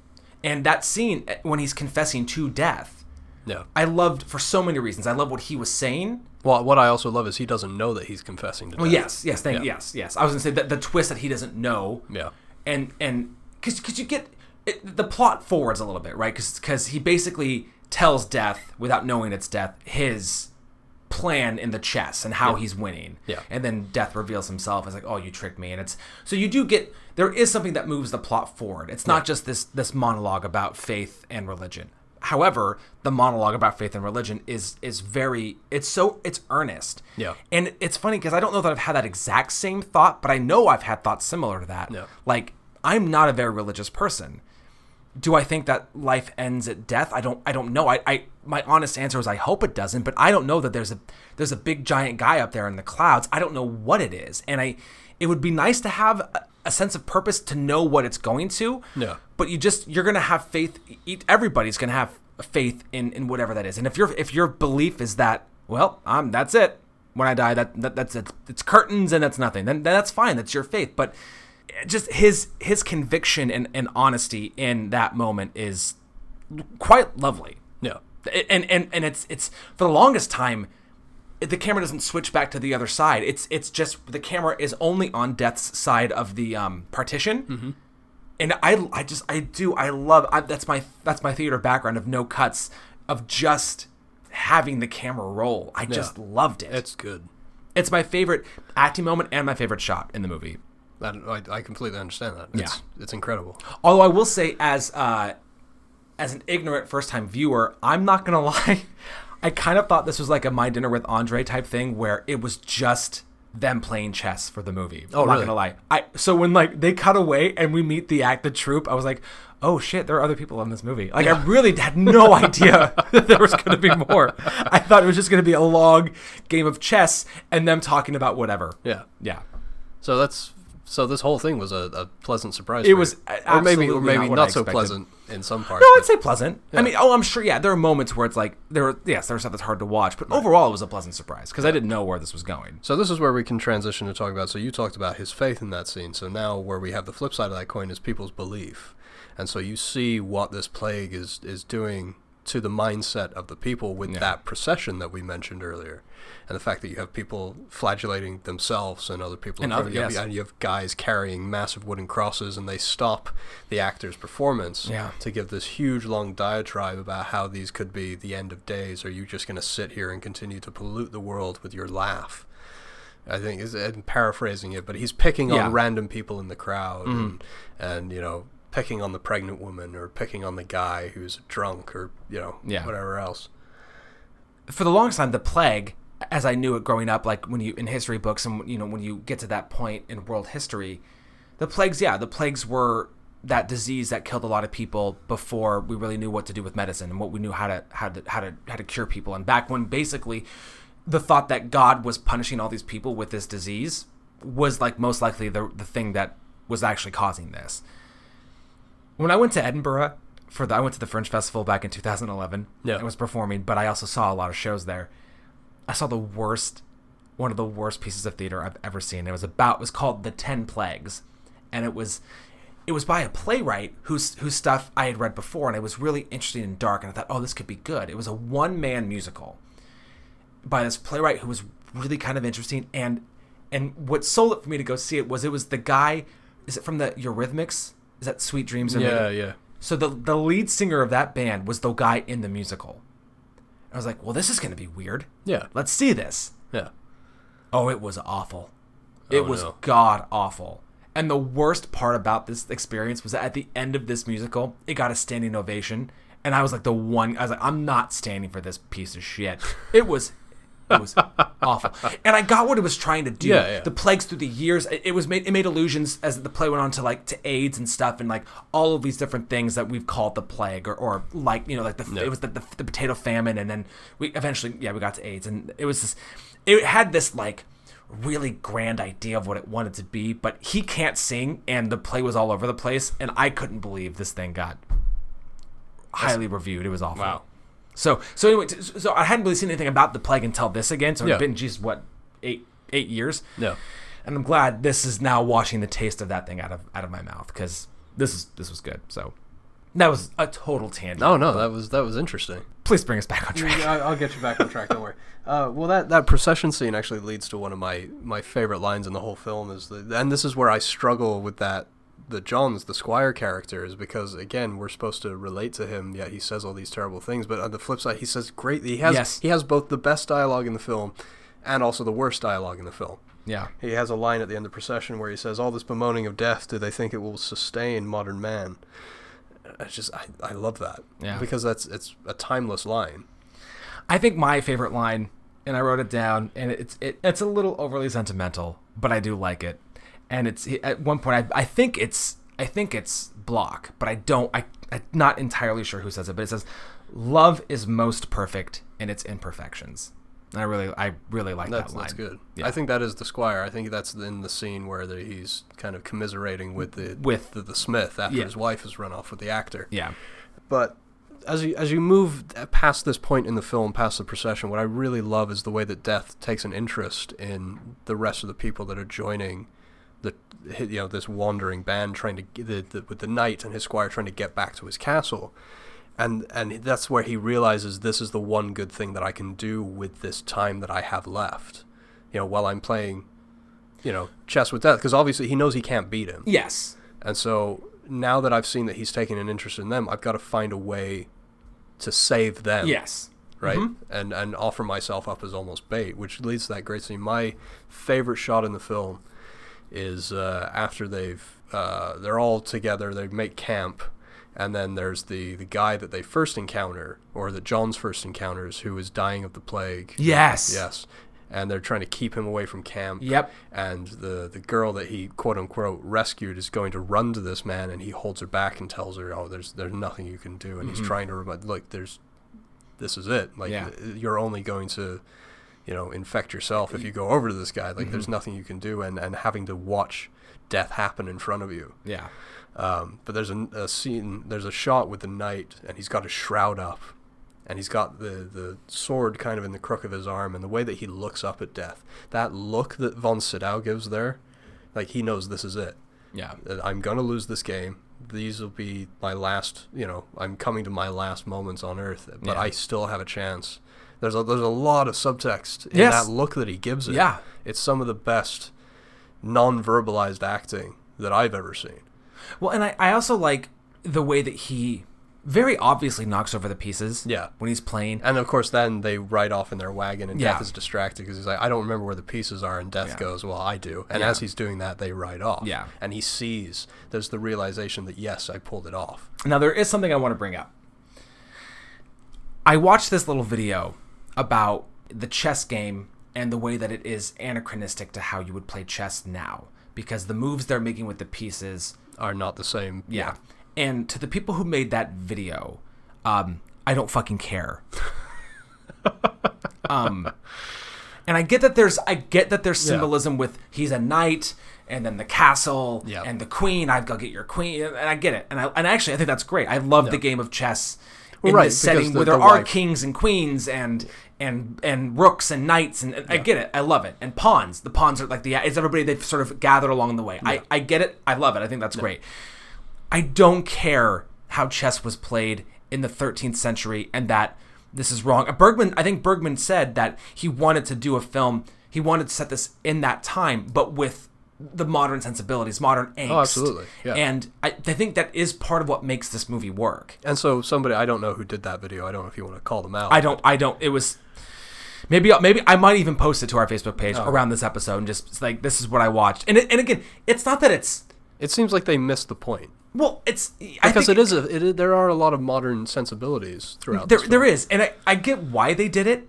Speaker 1: and that scene eh, when he's confessing to death
Speaker 2: Yeah.
Speaker 1: i loved for so many reasons i love what he was saying
Speaker 2: Well, what I also love is he doesn't know that he's confessing to
Speaker 1: well
Speaker 2: death.
Speaker 1: yes yes thank
Speaker 2: Yeah.
Speaker 1: yes yes i was gonna say that the twist that he doesn't know
Speaker 2: Yeah.
Speaker 1: and and because you get it, the plot forwards a little bit right because he basically tells death without knowing it's death his plan in the chess and how he's winning
Speaker 2: Yeah.
Speaker 1: and then death reveals himself as like oh you tricked me and it's so you do get there is something that moves the plot forward it's not just this this monologue about faith and religion however the monologue about faith and religion is is very it's so it's earnest
Speaker 2: Yeah.
Speaker 1: and it's funny because I don't know that I've had that exact same thought, but I know I've had thoughts similar to that.
Speaker 2: Yeah.
Speaker 1: Like I'm not a very religious person. Do I think that life ends at death? I don't. I don't know. I, I my honest answer is I hope it doesn't, but I don't know that there's a there's a big giant guy up there in the clouds. I don't know what it is, and I it would be nice to have a, a sense of purpose to know what it's going to.
Speaker 2: Yeah.
Speaker 1: But you just you're gonna have faith. e- Everybody's gonna have faith in in whatever that is. And if your if your belief is that well, I'm that's it. When I die, that, that that's it. It's curtains and that's nothing. Then, then that's fine. That's your faith. But just his his conviction and, and honesty in that moment is quite lovely.
Speaker 2: Yeah.
Speaker 1: And and and it's it's for the longest time the camera doesn't switch back to the other side. It's it's just the camera is only on Death's side of the um, partition. And I I just I do I love I, that's my that's my theater background of no cuts of just having the camera roll. I just loved it.
Speaker 2: It's good.
Speaker 1: It's my favorite acting moment and my favorite shot in the movie.
Speaker 2: That, I, I completely understand that. It's, it's incredible.
Speaker 1: Although I will say, as uh, as an ignorant first time viewer, I'm not gonna lie. I kind of thought this was like a my dinner with Andre type thing where it was just them playing chess for the movie. Oh, I'm
Speaker 2: really?
Speaker 1: not gonna lie. I so when like they cut away and we meet the act the troop, I was like, oh shit, there are other people in this movie. Like I really had no idea that there was gonna be more. I thought it was just gonna be a long game of chess and them talking about whatever.
Speaker 2: Yeah.
Speaker 1: Yeah.
Speaker 2: So that's so this whole thing was a, a pleasant surprise.
Speaker 1: It
Speaker 2: for
Speaker 1: was
Speaker 2: you.
Speaker 1: a-
Speaker 2: or maybe or
Speaker 1: absolutely
Speaker 2: maybe
Speaker 1: not
Speaker 2: not,
Speaker 1: what I
Speaker 2: so
Speaker 1: expected.
Speaker 2: pleasant in some parts.
Speaker 1: No,
Speaker 2: but-
Speaker 1: I'd say pleasant. I mean, oh, I'm sure. Yeah, there are moments where it's like there. Are, yes, there's stuff that's hard to watch, but overall, it was a pleasant surprise because I didn't know where this was going.
Speaker 2: so this is where we can transition to talk about. So you talked about his faith in that scene. So now where we have the flip side of that coin is people's belief, and so you see what this plague is is doing to the mindset of the people with
Speaker 3: Yeah.
Speaker 2: that procession that we mentioned earlier, and the fact that you have people flagellating themselves and other people,
Speaker 1: And
Speaker 2: in front
Speaker 1: other-
Speaker 2: of you,
Speaker 1: yes.
Speaker 2: and you have guys carrying massive wooden crosses, and they stop the actor's performance
Speaker 1: Yeah.
Speaker 2: to give this huge long diatribe about how these could be the end of days. Are you just going to sit here and continue to pollute the world with your laugh? I think is and paraphrasing it, but he's picking
Speaker 1: Yeah.
Speaker 2: on random people in the crowd and, and you know picking on the pregnant woman or picking on the guy who's drunk or you know
Speaker 3: Yeah.
Speaker 2: whatever else.
Speaker 1: for the longest time, the plague, as I knew it growing up, like when you in history books and you know when you get to that point in world history, the plagues, yeah, the plagues were that disease that killed a lot of people before we really knew what to do with medicine and what we knew how to how to how to how to cure people. And back when basically the thought that God was punishing all these people with this disease was like most likely the the thing that was actually causing this. When I went to Edinburgh for the I went to the Fringe Festival back in 2011.
Speaker 2: Yeah.
Speaker 1: I was performing, but I also saw a lot of shows there. I saw the worst one of the worst pieces of theater I've ever seen. It was about it was called The 10 Plagues and it was it was by a playwright whose whose stuff I had read before and it was really interesting and dark and I thought, "Oh, this could be good." It was a one-man musical by this playwright who was really kind of interesting and and what sold it for me to go see it was it was the guy is it from the Eurythmics? Is that Sweet Dreams Are Made
Speaker 2: Yeah,
Speaker 1: of
Speaker 2: yeah.
Speaker 1: so the the lead singer of that band was the guy in the musical. I was like, well, this is going to be weird.
Speaker 2: Yeah.
Speaker 1: Let's see this.
Speaker 2: Yeah.
Speaker 1: Oh, it was awful. It
Speaker 2: Oh,
Speaker 1: was
Speaker 2: no.
Speaker 1: god awful. And the worst part about this experience was that at the end of this musical, it got a standing ovation, and I was like the one. I was like, I'm not standing for this piece of shit. It was, it was awful. And I got what it was trying to do.
Speaker 2: Yeah, yeah.
Speaker 1: The plagues through the years, it, it was made. It made allusions as the play went on to like to AIDS and stuff, and like all of these different things that we've called the plague, or, or like you know, like the
Speaker 2: Yeah.
Speaker 1: it was the, the the potato famine, and then we eventually, yeah, we got to AIDS, and it was this. It had this like really grand idea of what it wanted to be, but he can't sing, and the play was all over the place, and I couldn't believe this thing got highly reviewed. It was awful.
Speaker 3: Wow.
Speaker 1: So so anyway, t- so I hadn't really seen anything about the plague until this again. So
Speaker 2: Yeah.
Speaker 1: it's been just what eight eight years,
Speaker 2: Yeah.
Speaker 1: and I'm glad this is now washing the taste of that thing out of out of my mouth because this is this was good. So. That was a total tangent.
Speaker 2: Oh, No, no, that was that was interesting.
Speaker 1: Please bring us back on track.
Speaker 2: I- I'll get you back on track. Don't worry. Uh, well, that, that procession scene actually leads to one of my, my favorite lines in the whole film is the, and this is where I struggle with that the Johns the Squire character is because again we're supposed to relate to him yet he says all these terrible things but on the flip side he says great he has
Speaker 1: Yes.
Speaker 2: he has both the best dialogue in the film and also the worst dialogue in the film.
Speaker 1: Yeah.
Speaker 2: He has a line at the end of procession where he says all this bemoaning of death do they think it will sustain modern man. I just I, I love that
Speaker 1: Yeah.
Speaker 2: because that's it's a timeless line.
Speaker 1: I think my favorite line, and I wrote it down, and it's it, it's a little overly sentimental, but I do like it. And it's at one point I, I think it's I think it's Block, but I don't I I'm not entirely sure who says it, but it says, "Love is most perfect in its imperfections." And I really I really like
Speaker 2: That's,
Speaker 1: that line.
Speaker 2: that's good.
Speaker 1: Yeah.
Speaker 2: I think that is the squire. I think that's in the scene where the, he's kind of commiserating with the
Speaker 1: With-
Speaker 2: the, the smith after
Speaker 1: Yeah.
Speaker 2: his wife has run off with the actor.
Speaker 1: Yeah.
Speaker 2: But as you as you move past this point in the film, past the procession, what I really love is the way that death takes an interest in the rest of the people that are joining the you know this wandering band trying to get- the, the, with the knight and his squire trying to get back to his castle. And, and that's where he realizes this is the one good thing that I can do with this time that I have left. You know, while I'm playing, you know, chess with death, because obviously he knows he can't beat him.
Speaker 1: Yes.
Speaker 2: And so now that I've seen that he's taken an interest in them, I've got to find a way to save them.
Speaker 1: Yes.
Speaker 2: Right?
Speaker 1: Mm-hmm.
Speaker 2: And and offer myself up as almost bait, which leads to that great scene. My favorite shot in the film is uh, after they've uh, they're all together, they make camp, and then there's the, the guy that they first encounter, or that John's first encounters, who is dying of the plague.
Speaker 1: Yes.
Speaker 2: Yes. And they're trying to keep him away from camp
Speaker 1: Yep.
Speaker 2: and the the girl that he quote unquote rescued is going to run to this man and he holds her back and tells her oh there's there's nothing you can do and he's trying to remind look there's this is it like
Speaker 1: Yeah.
Speaker 2: th- you're only going to you know infect yourself if you go over to this guy like there's nothing you can do and and having to watch death happen in front of you
Speaker 1: Yeah.
Speaker 2: um, but there's a, a scene, there's a shot with the knight, and he's got his shroud up, and he's got the, the sword kind of in the crook of his arm, and the way that he looks up at death, that look that von Sydow gives there, like he knows this is it.
Speaker 1: Yeah.
Speaker 2: That I'm gonna lose this game. these will be my last. You know, I'm coming to my last moments on Earth, but
Speaker 1: Yeah.
Speaker 2: I still have a chance. There's a there's a lot of subtext in
Speaker 1: Yes.
Speaker 2: that look that he gives it.
Speaker 1: Yeah.
Speaker 2: it's some of the best non-verbalized acting that I've ever seen.
Speaker 1: Well, and I, I also like the way that he very obviously knocks over the pieces.
Speaker 2: Yeah.
Speaker 1: When he's playing.
Speaker 2: And of course, then they ride off in their wagon, and Death
Speaker 1: Yeah.
Speaker 2: is distracted because he's like, "I don't remember where the pieces are." And Death
Speaker 1: Yeah.
Speaker 2: goes, "Well, I do." And
Speaker 1: Yeah.
Speaker 2: as he's doing that, they ride off.
Speaker 1: Yeah.
Speaker 2: And he sees there's the realization that yes, I pulled it off.
Speaker 1: Now, there is something I want to bring up. I watched this little video about the chess game and the way that it is anachronistic to how you would play chess now because the moves they're making with the pieces
Speaker 2: Are not the same.
Speaker 1: Yeah. And to the people who made that video, um, I don't fucking care. um, and I get that there's I get that there's
Speaker 2: Yeah.
Speaker 1: symbolism with he's a knight and then the castle
Speaker 2: Yeah.
Speaker 1: and the queen. I've got to get your queen, and I get it. And I and actually I think that's great. I love the game of chess in
Speaker 2: right,
Speaker 1: this
Speaker 2: because
Speaker 1: setting
Speaker 2: the-
Speaker 1: where there
Speaker 2: the
Speaker 1: are
Speaker 2: wife-
Speaker 1: kings and queens and and and rooks and knights and, and I get it. I love it. And pawns. The pawns are like the it's everybody they've sort of gathered along the way. I I get it. I love it. I think that's great. I don't care how chess was played in the 13th century and that this is wrong. Bergman, I think Bergman said that he wanted to do a film, he wanted to set this in that time, but with the modern sensibilities, modern angst.
Speaker 2: Oh, absolutely, yeah.
Speaker 1: And I, I think that is part of what makes this movie work.
Speaker 2: And so somebody I don't know who did that video. I don't know if you want to call them out.
Speaker 1: I don't, I don't, it was. Maybe, I'll- maybe I might even post it to our Facebook page
Speaker 2: Oh.
Speaker 1: around this episode and just it's like this is what I watched. And it, and again, it's not that it's
Speaker 2: It seems like they missed the point
Speaker 1: well, it's
Speaker 2: because
Speaker 1: I think
Speaker 2: it is. A, it is there are a lot of modern sensibilities throughout.
Speaker 1: there,
Speaker 2: this
Speaker 1: there
Speaker 2: film.
Speaker 1: is and I, I get why they did it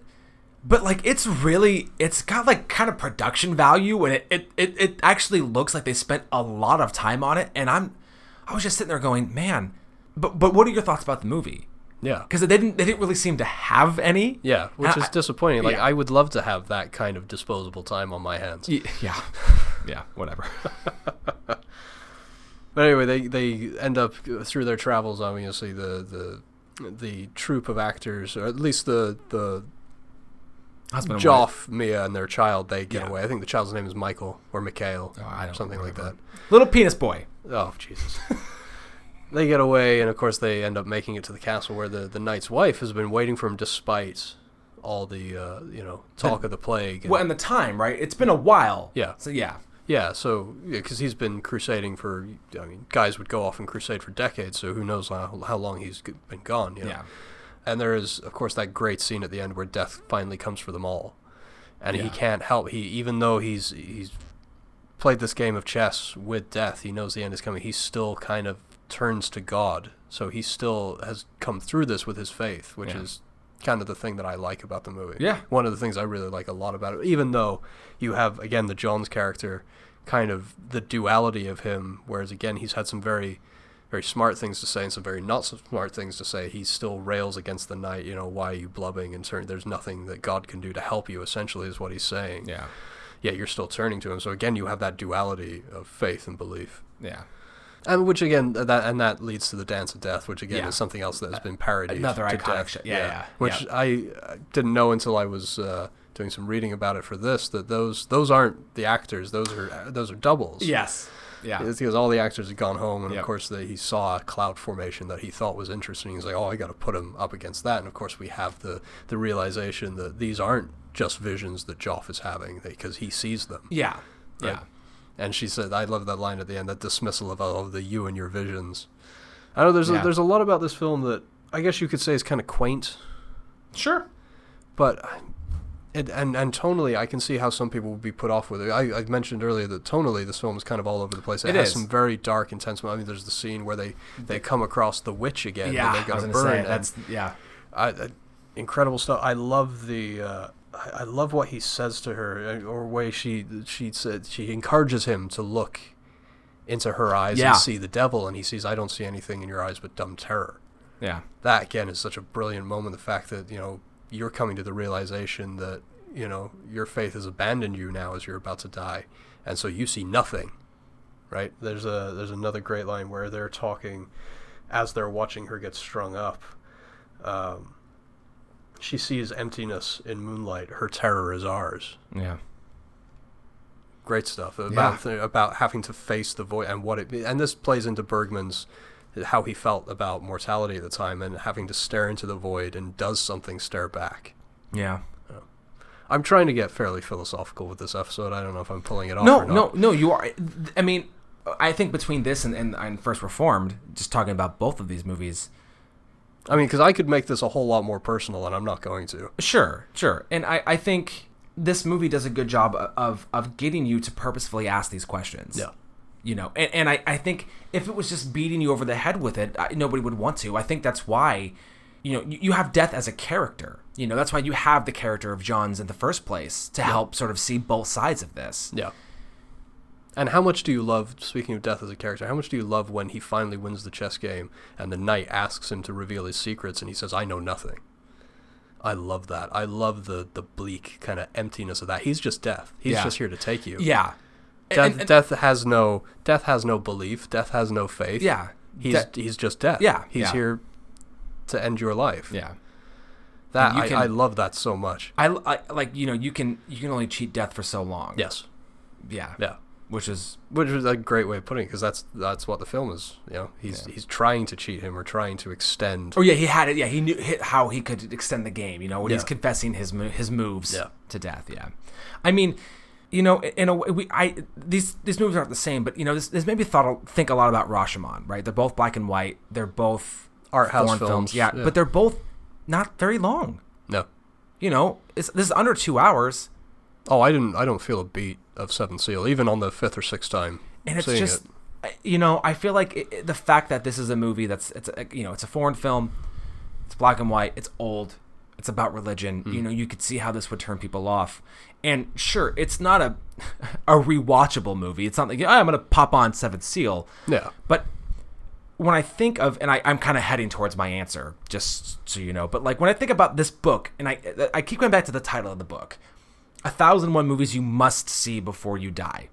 Speaker 1: but like it's really it's got like kind of production value and it, it it it actually looks like they spent a lot of time on it and i'm i was just sitting there going man but but what are your thoughts about the movie
Speaker 2: Yeah.
Speaker 1: because they didn't they didn't really seem to have any
Speaker 2: Yeah, which
Speaker 1: And
Speaker 2: is disappointing. Like
Speaker 1: yeah.
Speaker 2: I would love to have that kind of disposable time on my hands.
Speaker 1: I, yeah yeah whatever
Speaker 2: But anyway, they they end up uh, through their travels. Obviously, the the the troop of actors, or at least the the
Speaker 1: husband and wife.
Speaker 2: Joff, Mia, and their child, they get
Speaker 1: Yeah.
Speaker 2: away. I think the child's name is Michael or Mikhail,
Speaker 1: Oh, I don't
Speaker 2: something like that.
Speaker 1: remember. little penis boy
Speaker 2: Oh Jesus! they get away, and of course, they end up making it to the castle where the the knight's wife has been waiting for him, despite all the uh, you know talk of the plague. and-
Speaker 1: well and the time right it's been a while
Speaker 2: Yeah.
Speaker 1: so yeah
Speaker 2: Yeah, so because he's been crusading for, I mean, guys would go off and crusade for decades, so who knows how, how long he's g- been gone. You know?
Speaker 1: yeah
Speaker 2: And there is, of course, that great scene at the end where death finally comes for them all, and he
Speaker 1: Yeah.
Speaker 2: can't help. He even though he's he's played this game of chess with death, he knows the end is coming. He still kind of turns to God, so he still has come through this with his faith, which
Speaker 1: Yeah.
Speaker 2: is kind of the thing that I like about the movie.
Speaker 1: Yeah.
Speaker 2: one of the things I really like a lot about it, even though you have again the John's character, kind of the duality of him, whereas again he's had some very very smart things to say and some very not so smart things to say. He still rails against the knight, you know, why are you blubbing? And certain, there's nothing that God can do to help you, essentially, is what he's saying.
Speaker 1: yeah
Speaker 2: Yet you're still turning to him. So again, you have that duality of faith and belief.
Speaker 1: yeah
Speaker 2: And Uh, which again, th- that and that leads to the dance of death, which again
Speaker 1: Yeah. Uh,
Speaker 2: is something else that has been parodied.
Speaker 1: Another
Speaker 2: to
Speaker 1: iconic
Speaker 2: death.
Speaker 1: show. Yeah, yeah,
Speaker 2: Which
Speaker 1: yeah.
Speaker 2: I uh, didn't know until I was uh, doing some reading about it for this that those those aren't the actors; those are uh, those are doubles.
Speaker 1: yes yeah
Speaker 2: It's because all the actors had gone home, and
Speaker 1: Yep.
Speaker 2: of course they, he saw a cloud formation that he thought was interesting. He's like, "Oh, I got to put him up against that." And of course, we have the the realization that these aren't just visions that Joff is having because he sees them.
Speaker 1: yeah yeah
Speaker 2: Right. And she said, "I love that line at the end, that dismissal of all of the you and your visions." I know there's
Speaker 1: Yeah.
Speaker 2: a, there's a lot about this film that I guess you could say is kind of quaint,
Speaker 1: sure
Speaker 2: but I- it, and and tonally, I can see how some people would be put off with it. I, I mentioned earlier that tonally, this film is kind of all over the place. It,
Speaker 1: It
Speaker 2: has
Speaker 1: is.
Speaker 2: some very dark, intense. I mean, there's the scene where they they come across the witch again.
Speaker 1: yeah
Speaker 2: and
Speaker 1: I
Speaker 2: they
Speaker 1: was
Speaker 2: got to
Speaker 1: gonna
Speaker 2: burn.
Speaker 1: say,
Speaker 2: and
Speaker 1: that's yeah
Speaker 2: I, I, incredible stuff. I love the. Uh, I I love what he says to her, uh, or way she she said she encourages him to look into her eyes
Speaker 1: Yeah.
Speaker 2: and see the devil, and he sees, "I don't see anything in your eyes but dumb terror."
Speaker 1: yeah
Speaker 2: that again is such a brilliant moment. The fact that you know you're coming to the realization that you know your faith has abandoned you now as you're about to die, and so you see nothing. Right? There's a there's another great line where they're talking as they're watching her get strung up. Um, she sees emptiness in moonlight. Her terror is ours.
Speaker 1: yeah
Speaker 2: great stuff about about having to face the void and what it and this plays into Bergman's how he felt about mortality at the time and having to stare into the void and does something stare back.
Speaker 1: Yeah.
Speaker 2: I'm trying to get fairly philosophical with this episode. I don't know if I'm pulling it off.
Speaker 1: No,
Speaker 2: or
Speaker 1: no,
Speaker 2: not.
Speaker 1: no. You are. I mean, I think between this and, and, and First Reformed, just talking about both of these movies.
Speaker 2: I mean, because I could make this a whole lot more personal, and I'm not going to.
Speaker 1: Sure, sure. And I, I think this movie does a good job o- of of getting you to purposefully ask these questions.
Speaker 2: Yeah.
Speaker 1: You know, and, and I, I think if it was just beating you over the head with it, I, nobody would want to. I think that's why, you know, you, you have death as a character. You know, that's why you have the character of John's in the first place to help sort of see both sides of this.
Speaker 2: Yeah. And how much do you love, speaking of death as a character, how much do you love when he finally wins the chess game and the knight asks him to reveal his secrets and he says, I know nothing? I love that. I love the, the bleak kind of emptiness of that. He's just death. He's
Speaker 1: Yeah.
Speaker 2: just here to take you.
Speaker 1: Yeah. And-
Speaker 2: Death,
Speaker 1: and- and-
Speaker 2: death has no death has no belief. Death has no faith.
Speaker 1: yeah.
Speaker 2: He's
Speaker 1: De-
Speaker 2: he's just death.
Speaker 1: Yeah,
Speaker 2: He's
Speaker 1: yeah.
Speaker 2: here to end your life.
Speaker 1: yeah.
Speaker 2: That
Speaker 1: You
Speaker 2: I,
Speaker 1: can-
Speaker 2: I love that so much.
Speaker 1: I, I like you know you can you can only cheat death for so long.
Speaker 2: Yes.
Speaker 1: Yeah.
Speaker 2: Yeah.
Speaker 1: Which is
Speaker 2: Which is a great way of putting it, because that's that's what the film is. You know, he's he's trying to cheat him or trying to extend.
Speaker 1: Oh yeah, he had it. Yeah, he knew hit how he could extend the game. You know, when he's
Speaker 2: Yeah.
Speaker 1: confessing his mo- his moves
Speaker 2: Yeah.
Speaker 1: to death. Yeah, I mean, you know, in a way, we I these these movies aren't the same, but you know, this this made me thought think a lot about Rashomon. Right, they're both black and white. They're both
Speaker 2: Art house
Speaker 1: foreign
Speaker 2: films,
Speaker 1: Yeah,
Speaker 2: yeah.
Speaker 1: but they're both not very long.
Speaker 2: No.
Speaker 1: You know, it's this is under two hours,
Speaker 2: Oh, I didn't. I don't feel a beat of Seven Seal, even on the fifth or sixth time.
Speaker 1: and it's
Speaker 2: seeing
Speaker 1: just
Speaker 2: it.
Speaker 1: I you know i feel like it, it- the fact that this is a movie that's it's a, you know it's a foreign film it's black and white it's old it's about religion
Speaker 2: Mm-hmm.
Speaker 1: you know you could see how this would turn people off and sure it's not a a rewatchable movie it's not like "Oh, i'm gonna pop on seventh seal
Speaker 2: Yeah.
Speaker 1: but when I think of, and I, I'm kind of heading towards my answer, just so you know, but like when I think about this book, and I I keep going back to the title of the book, "A Thousand One Movies You Must See Before You Die."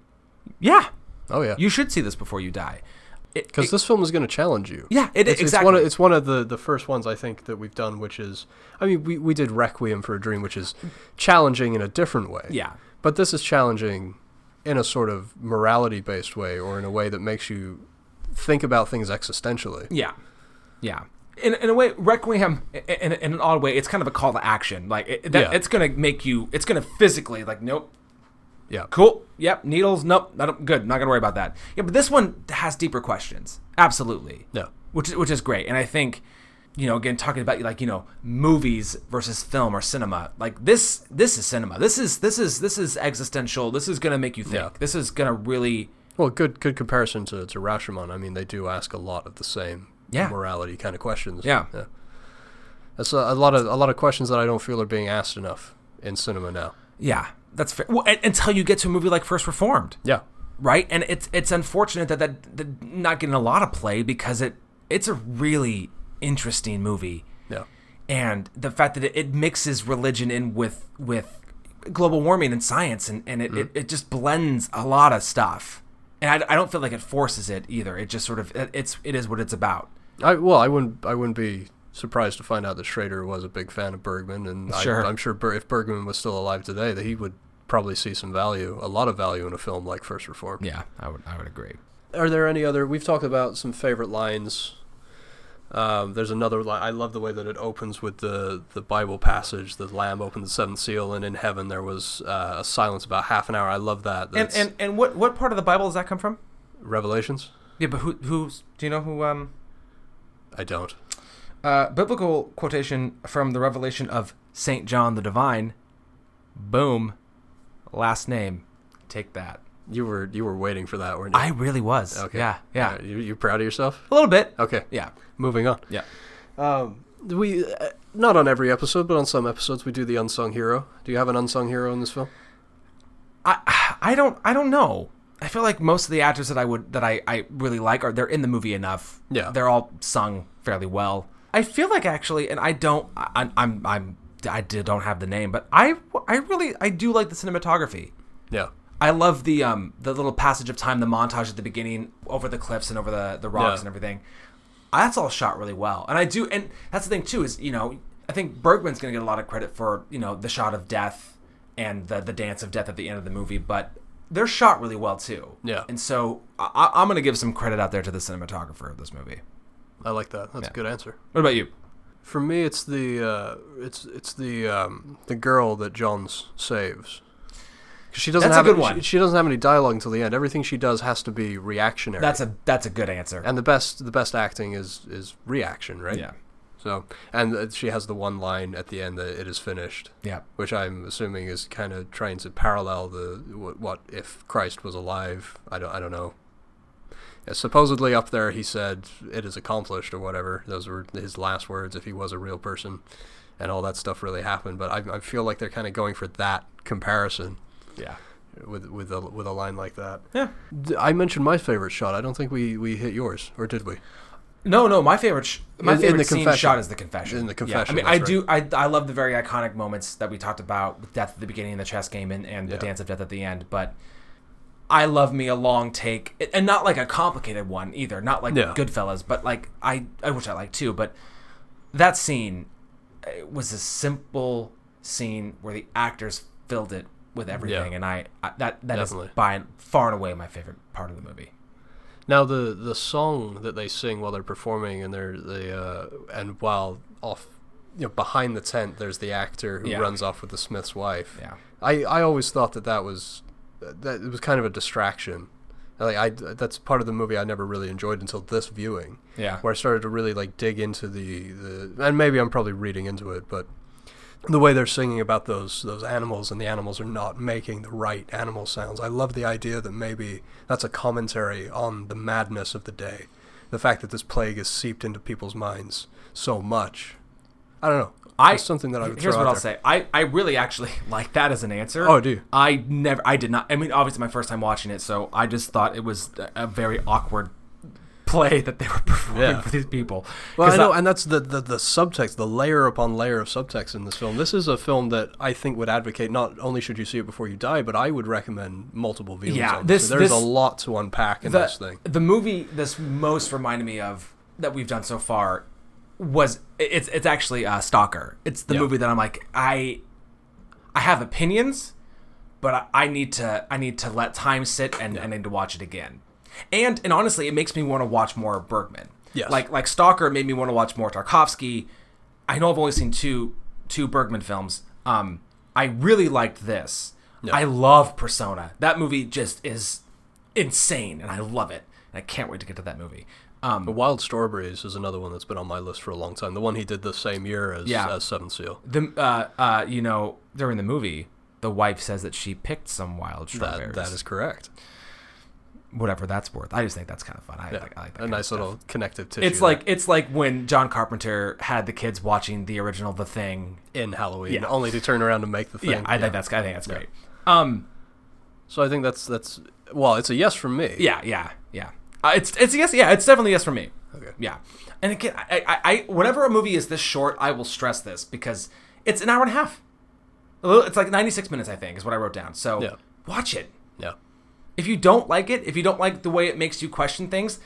Speaker 1: Yeah,
Speaker 2: Oh yeah.
Speaker 1: you should see this before you die. It,
Speaker 2: Because
Speaker 1: it-
Speaker 2: this film is going to challenge you.
Speaker 1: Yeah, it-
Speaker 2: it's,
Speaker 1: exactly.
Speaker 2: It's one, of, it's one of the the first ones I think that we've done, which is, I mean, we we did Requiem for a Dream, which is challenging in a different way.
Speaker 1: yeah,
Speaker 2: But this is challenging in a sort of morality based way or in a way that makes you think about things existentially.
Speaker 1: yeah, yeah. In, in a way, Requiem, i- in, in an odd way, it's kind of a call to action. Like it, that,
Speaker 2: Yeah.
Speaker 1: it's gonna make you, it's gonna physically like, nope,
Speaker 2: Yeah.
Speaker 1: cool, yep, needles, nope, not, good, not gonna worry about that. Yeah, but this one has deeper questions, absolutely.
Speaker 2: Yeah.
Speaker 1: which is- which is great. And I think, you know, again talking about like you know movies versus film or cinema, like this this is cinema. This is this is this is existential. This is gonna make you think.
Speaker 2: Yeah.
Speaker 1: This is gonna really
Speaker 2: Well, good good comparison to, to Rashomon. I mean, they do ask a lot of the same
Speaker 1: Yeah.
Speaker 2: morality kind of questions.
Speaker 1: Yeah.
Speaker 2: That's a, a lot of a lot of questions that I don't feel are being asked enough in cinema now.
Speaker 1: yeah. That's fair. Well, and, until you get to a movie like First Reformed,
Speaker 2: Yeah.
Speaker 1: right? And it's it's unfortunate that that, that not getting a lot of play because it it's a really interesting movie.
Speaker 2: Yeah.
Speaker 1: and the fact that it, it mixes religion in with with global warming and science and, and it, it, it just blends a lot of stuff and I, I don't feel like it forces it either it just sort of it, it's it is what it's about
Speaker 2: I well, I wouldn't I wouldn't be surprised to find out that Schrader was a big fan of Bergman, and
Speaker 1: Sure.
Speaker 2: I, I'm sure Ber- if Bergman was still alive today, that he would probably see some value, a lot of value in a film like First Reform.
Speaker 1: yeah i would i would agree
Speaker 2: Are there any other? We've talked about some favorite lines. Um, there's another line. I love the way that it opens with the the Bible passage. The Lamb opened the seventh seal, and in heaven there was uh, a silence about half an hour. I love that.
Speaker 1: and
Speaker 2: That's
Speaker 1: and and what what part of the bible does that come from
Speaker 2: Revelations.
Speaker 1: yeah but who who's do you know who um
Speaker 2: I don't.
Speaker 1: uh biblical quotation from the revelation of saint john the divine boom last name take that
Speaker 2: You were you were waiting for that, weren't you?
Speaker 1: i really was okay yeah yeah
Speaker 2: Alright, you, you proud of yourself?
Speaker 1: a little bit
Speaker 2: Okay.
Speaker 1: yeah
Speaker 2: Moving on.
Speaker 1: yeah
Speaker 2: Um, we uh, not on every episode, but on some episodes we do the unsung hero. Do you have an unsung hero in this film?
Speaker 1: I I don't I don't know. I feel like most of the actors that I would that I, I really like are they're in the movie enough.
Speaker 2: Yeah.
Speaker 1: they're all sung fairly well. I feel like actually, and I don't I, I'm I'm I did- don't have the name, but I I really I do like the cinematography.
Speaker 2: Yeah.
Speaker 1: I love the um the little passage of time, the montage at the beginning over the cliffs and over the the rocks
Speaker 2: Yeah.
Speaker 1: and everything. That's all shot really well, and I do. And that's the thing too is you know I think Bergman's gonna get a lot of credit for you know the shot of death and the the dance of death at the end of the movie, but they're shot really well too.
Speaker 2: Yeah.
Speaker 1: And so I, I'm gonna give some credit out there to the cinematographer of this movie.
Speaker 2: I like that. That's
Speaker 1: Yeah.
Speaker 2: a good answer.
Speaker 1: What about you?
Speaker 2: For me, it's the uh, it's it's the um, the girl that Johns saves. 'Cause She doesn't
Speaker 1: That's a
Speaker 2: have
Speaker 1: good
Speaker 2: she-
Speaker 1: one.
Speaker 2: She, doesn't have any dialogue until the end. Everything she does has to be reactionary.
Speaker 1: That's a that's a good answer.
Speaker 2: and the best the best acting is is reaction, right?
Speaker 1: Yeah.
Speaker 2: So and uh, she has the one line at the end that it is finished,
Speaker 1: Yeah.
Speaker 2: which I'm assuming is kind of trying to parallel the what, what if Christ was alive? I don't I don't know. Uh, Supposedly up there he said it is accomplished or whatever. Those were his last words if he was a real person, and all that stuff really happened. But I, I feel like they're kind of going for that comparison
Speaker 1: Yeah.
Speaker 2: with with a with a line like that.
Speaker 1: Yeah.
Speaker 2: D- I mentioned my favorite shot. I don't think we we hit yours or did we?
Speaker 1: No, no, my favorite, sh- my
Speaker 2: In- in
Speaker 1: favorite
Speaker 2: the
Speaker 1: scene
Speaker 2: confession.
Speaker 1: shot is the confession.
Speaker 2: In the
Speaker 1: Yeah,
Speaker 2: confession,
Speaker 1: I
Speaker 2: that's
Speaker 1: mean, I do, I, I love the very iconic moments that we talked about with death at the beginning of the chess game and, and
Speaker 2: Yeah.
Speaker 1: the dance of death at the end. But I love me a long take, a- and not like a complicated one either. Not like
Speaker 2: Yeah.
Speaker 1: Goodfellas, but like I, I wish I liked too. But that scene uh, was a simple scene where the actors filled it with everything, and I, I that that is
Speaker 2: Definitely.
Speaker 1: by far and away my favorite part of the movie.
Speaker 2: Now the the song that they sing while they're performing and they're they uh, and while off you know behind the tent there's the actor who
Speaker 1: Yeah.
Speaker 2: runs off with the Smith's wife.
Speaker 1: Yeah.
Speaker 2: I I always thought that that was that it was kind of a distraction. Like I that's part of the movie I never really enjoyed until this viewing.
Speaker 1: Yeah.
Speaker 2: where I started to really like dig into the, the and maybe I'm probably reading into it, but the way they're singing about those those animals and the animals are not making the right animal sounds. I love the idea that maybe that's a commentary on the madness of the day. The fact that this plague is seeped into people's minds so much. I don't know.
Speaker 1: I-
Speaker 2: It's something that I would
Speaker 1: Here's
Speaker 2: throw
Speaker 1: what
Speaker 2: out
Speaker 1: I'll
Speaker 2: there.
Speaker 1: say. I, I really actually like that as an answer.
Speaker 2: Oh, do you?
Speaker 1: I never. I did not. I mean, obviously, my first time watching it, so I just thought it was a- a very awkward play that they were performing
Speaker 2: Yeah.
Speaker 1: for these people.
Speaker 2: Well, I
Speaker 1: 'Cause
Speaker 2: know,
Speaker 1: I-
Speaker 2: and that's the, the, the subtext, the layer upon layer of subtext in this film. This is a film that I think would advocate not only should you see it before you die, but I would recommend multiple viewings.
Speaker 1: Yeah,
Speaker 2: on this.
Speaker 1: this-
Speaker 2: there's
Speaker 1: this-
Speaker 2: a lot to unpack in this
Speaker 1: the,
Speaker 2: thing.
Speaker 1: the movie this most reminded me of that we've done so far was it's it's actually uh, Stalker. It's the
Speaker 2: Yeah.
Speaker 1: movie that I'm like I I have opinions, but I, I need to I need to let time sit and I need to watch it again. And and honestly, it makes me want to watch more Bergman.
Speaker 2: Yes.
Speaker 1: Like like Stalker made me want to watch more Tarkovsky. I know I've only seen two two Bergman films. Um, I really liked this. I love Persona. That movie just is insane, and I love it. And I can't wait to get to that movie. Um,
Speaker 2: Wild Strawberries is another one that's been on my list for a long time. The one he did the same year as,
Speaker 1: Yeah.
Speaker 2: as Seven Seal.
Speaker 1: the uh, uh, you know during the movie, the wife says that she picked some wild strawberries.
Speaker 2: That, that is correct.
Speaker 1: whatever that's worth. I just think that's kind of fun. I like, I like that.
Speaker 2: a
Speaker 1: kind of
Speaker 2: nice
Speaker 1: stuff.
Speaker 2: little connective tissue.
Speaker 1: It's like it's like when John Carpenter had the kids watching the original The Thing.
Speaker 2: in Halloween,
Speaker 1: Yeah.
Speaker 2: only to turn around and make the thing.
Speaker 1: Yeah, I think that's I think that's great. Um,
Speaker 2: So I think that's that's well, it's a yes from me.
Speaker 1: yeah, yeah, yeah. Uh, it's it's a yes, yeah. It's definitely a yes for me.
Speaker 2: Okay.
Speaker 1: Yeah, and again, I, I, I whenever a movie is this short, I will stress this because it's an hour and a half. A little- It's like ninety six minutes, I think, is what I wrote down. So
Speaker 2: Yeah.
Speaker 1: watch it.
Speaker 2: Yeah.
Speaker 1: If you don't like it, if you don't like the way it makes you question things,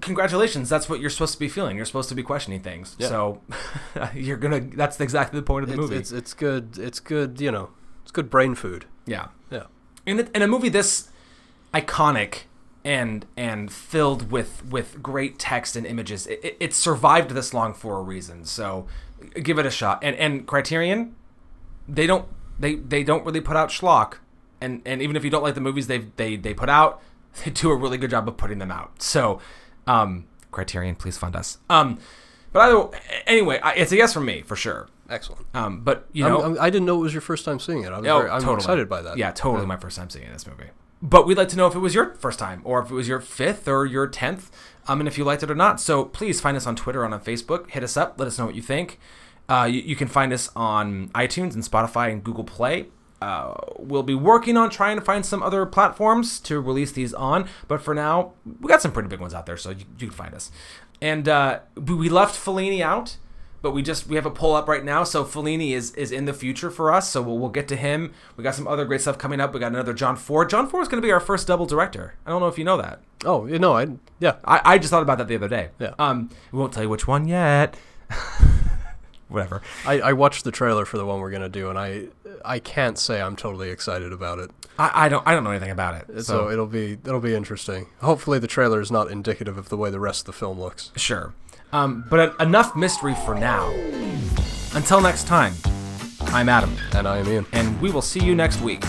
Speaker 1: congratulations. That's what you're supposed to be feeling. You're supposed to be questioning things.
Speaker 2: Yeah.
Speaker 1: So you're gonna. That's exactly the point of the
Speaker 2: It's,
Speaker 1: movie.
Speaker 2: it's it's good it's good, you know. It's good brain food.
Speaker 1: yeah.
Speaker 2: Yeah.
Speaker 1: in a, in a movie this iconic and and filled with with great text and images it, it, it survived this long for a reason so give it a shot and and criterion they don't they they don't really put out schlock and and even if you don't like the movies they they they put out they do a really good job of putting them out so um criterion please fund us um but either anyway I, it's a yes from me for sure
Speaker 2: Excellent.
Speaker 1: um but you
Speaker 2: I'm-
Speaker 1: know
Speaker 2: I'm- I did not know it was your first time seeing it. I'm,
Speaker 1: Oh,
Speaker 2: very, I'm
Speaker 1: totally.
Speaker 2: excited by that.
Speaker 1: Yeah, totally my first time seeing this movie. But we'd like to know if it was your first time or if it was your fifth or your tenth, um, and if you liked it or not. So please find us on Twitter and on Facebook. Hit us up. Let us know what you think. Uh, you, you can find us on iTunes and Spotify and Google Play. Uh, we'll be working on trying to find some other platforms to release these on, but for now, we got some pretty big ones out there, so you, you can find us. And uh, we we left Fellini out but we just we have a poll up right now so Fellini is is in the future for us so we'll, we'll get to him we got some other great stuff coming up we got another john ford john ford is going to be our first double director i don't know if you know that
Speaker 2: Oh, you know, I yeah.
Speaker 1: i, I just thought about that the other day
Speaker 2: Yeah.
Speaker 1: um we won't tell you which one yet whatever
Speaker 2: I, I watched the trailer for the one we're gonna do, and I I can't say I'm totally excited about it.
Speaker 1: I, I don't I don't know anything about it.
Speaker 2: So,
Speaker 1: So,
Speaker 2: it'll be it'll be interesting. Hopefully, the trailer is not indicative of the way the rest of the film looks.
Speaker 1: sure, um, but en- enough mystery for now. Until next time, I'm Adam,
Speaker 2: And I am Ian.
Speaker 1: and we will see you next week.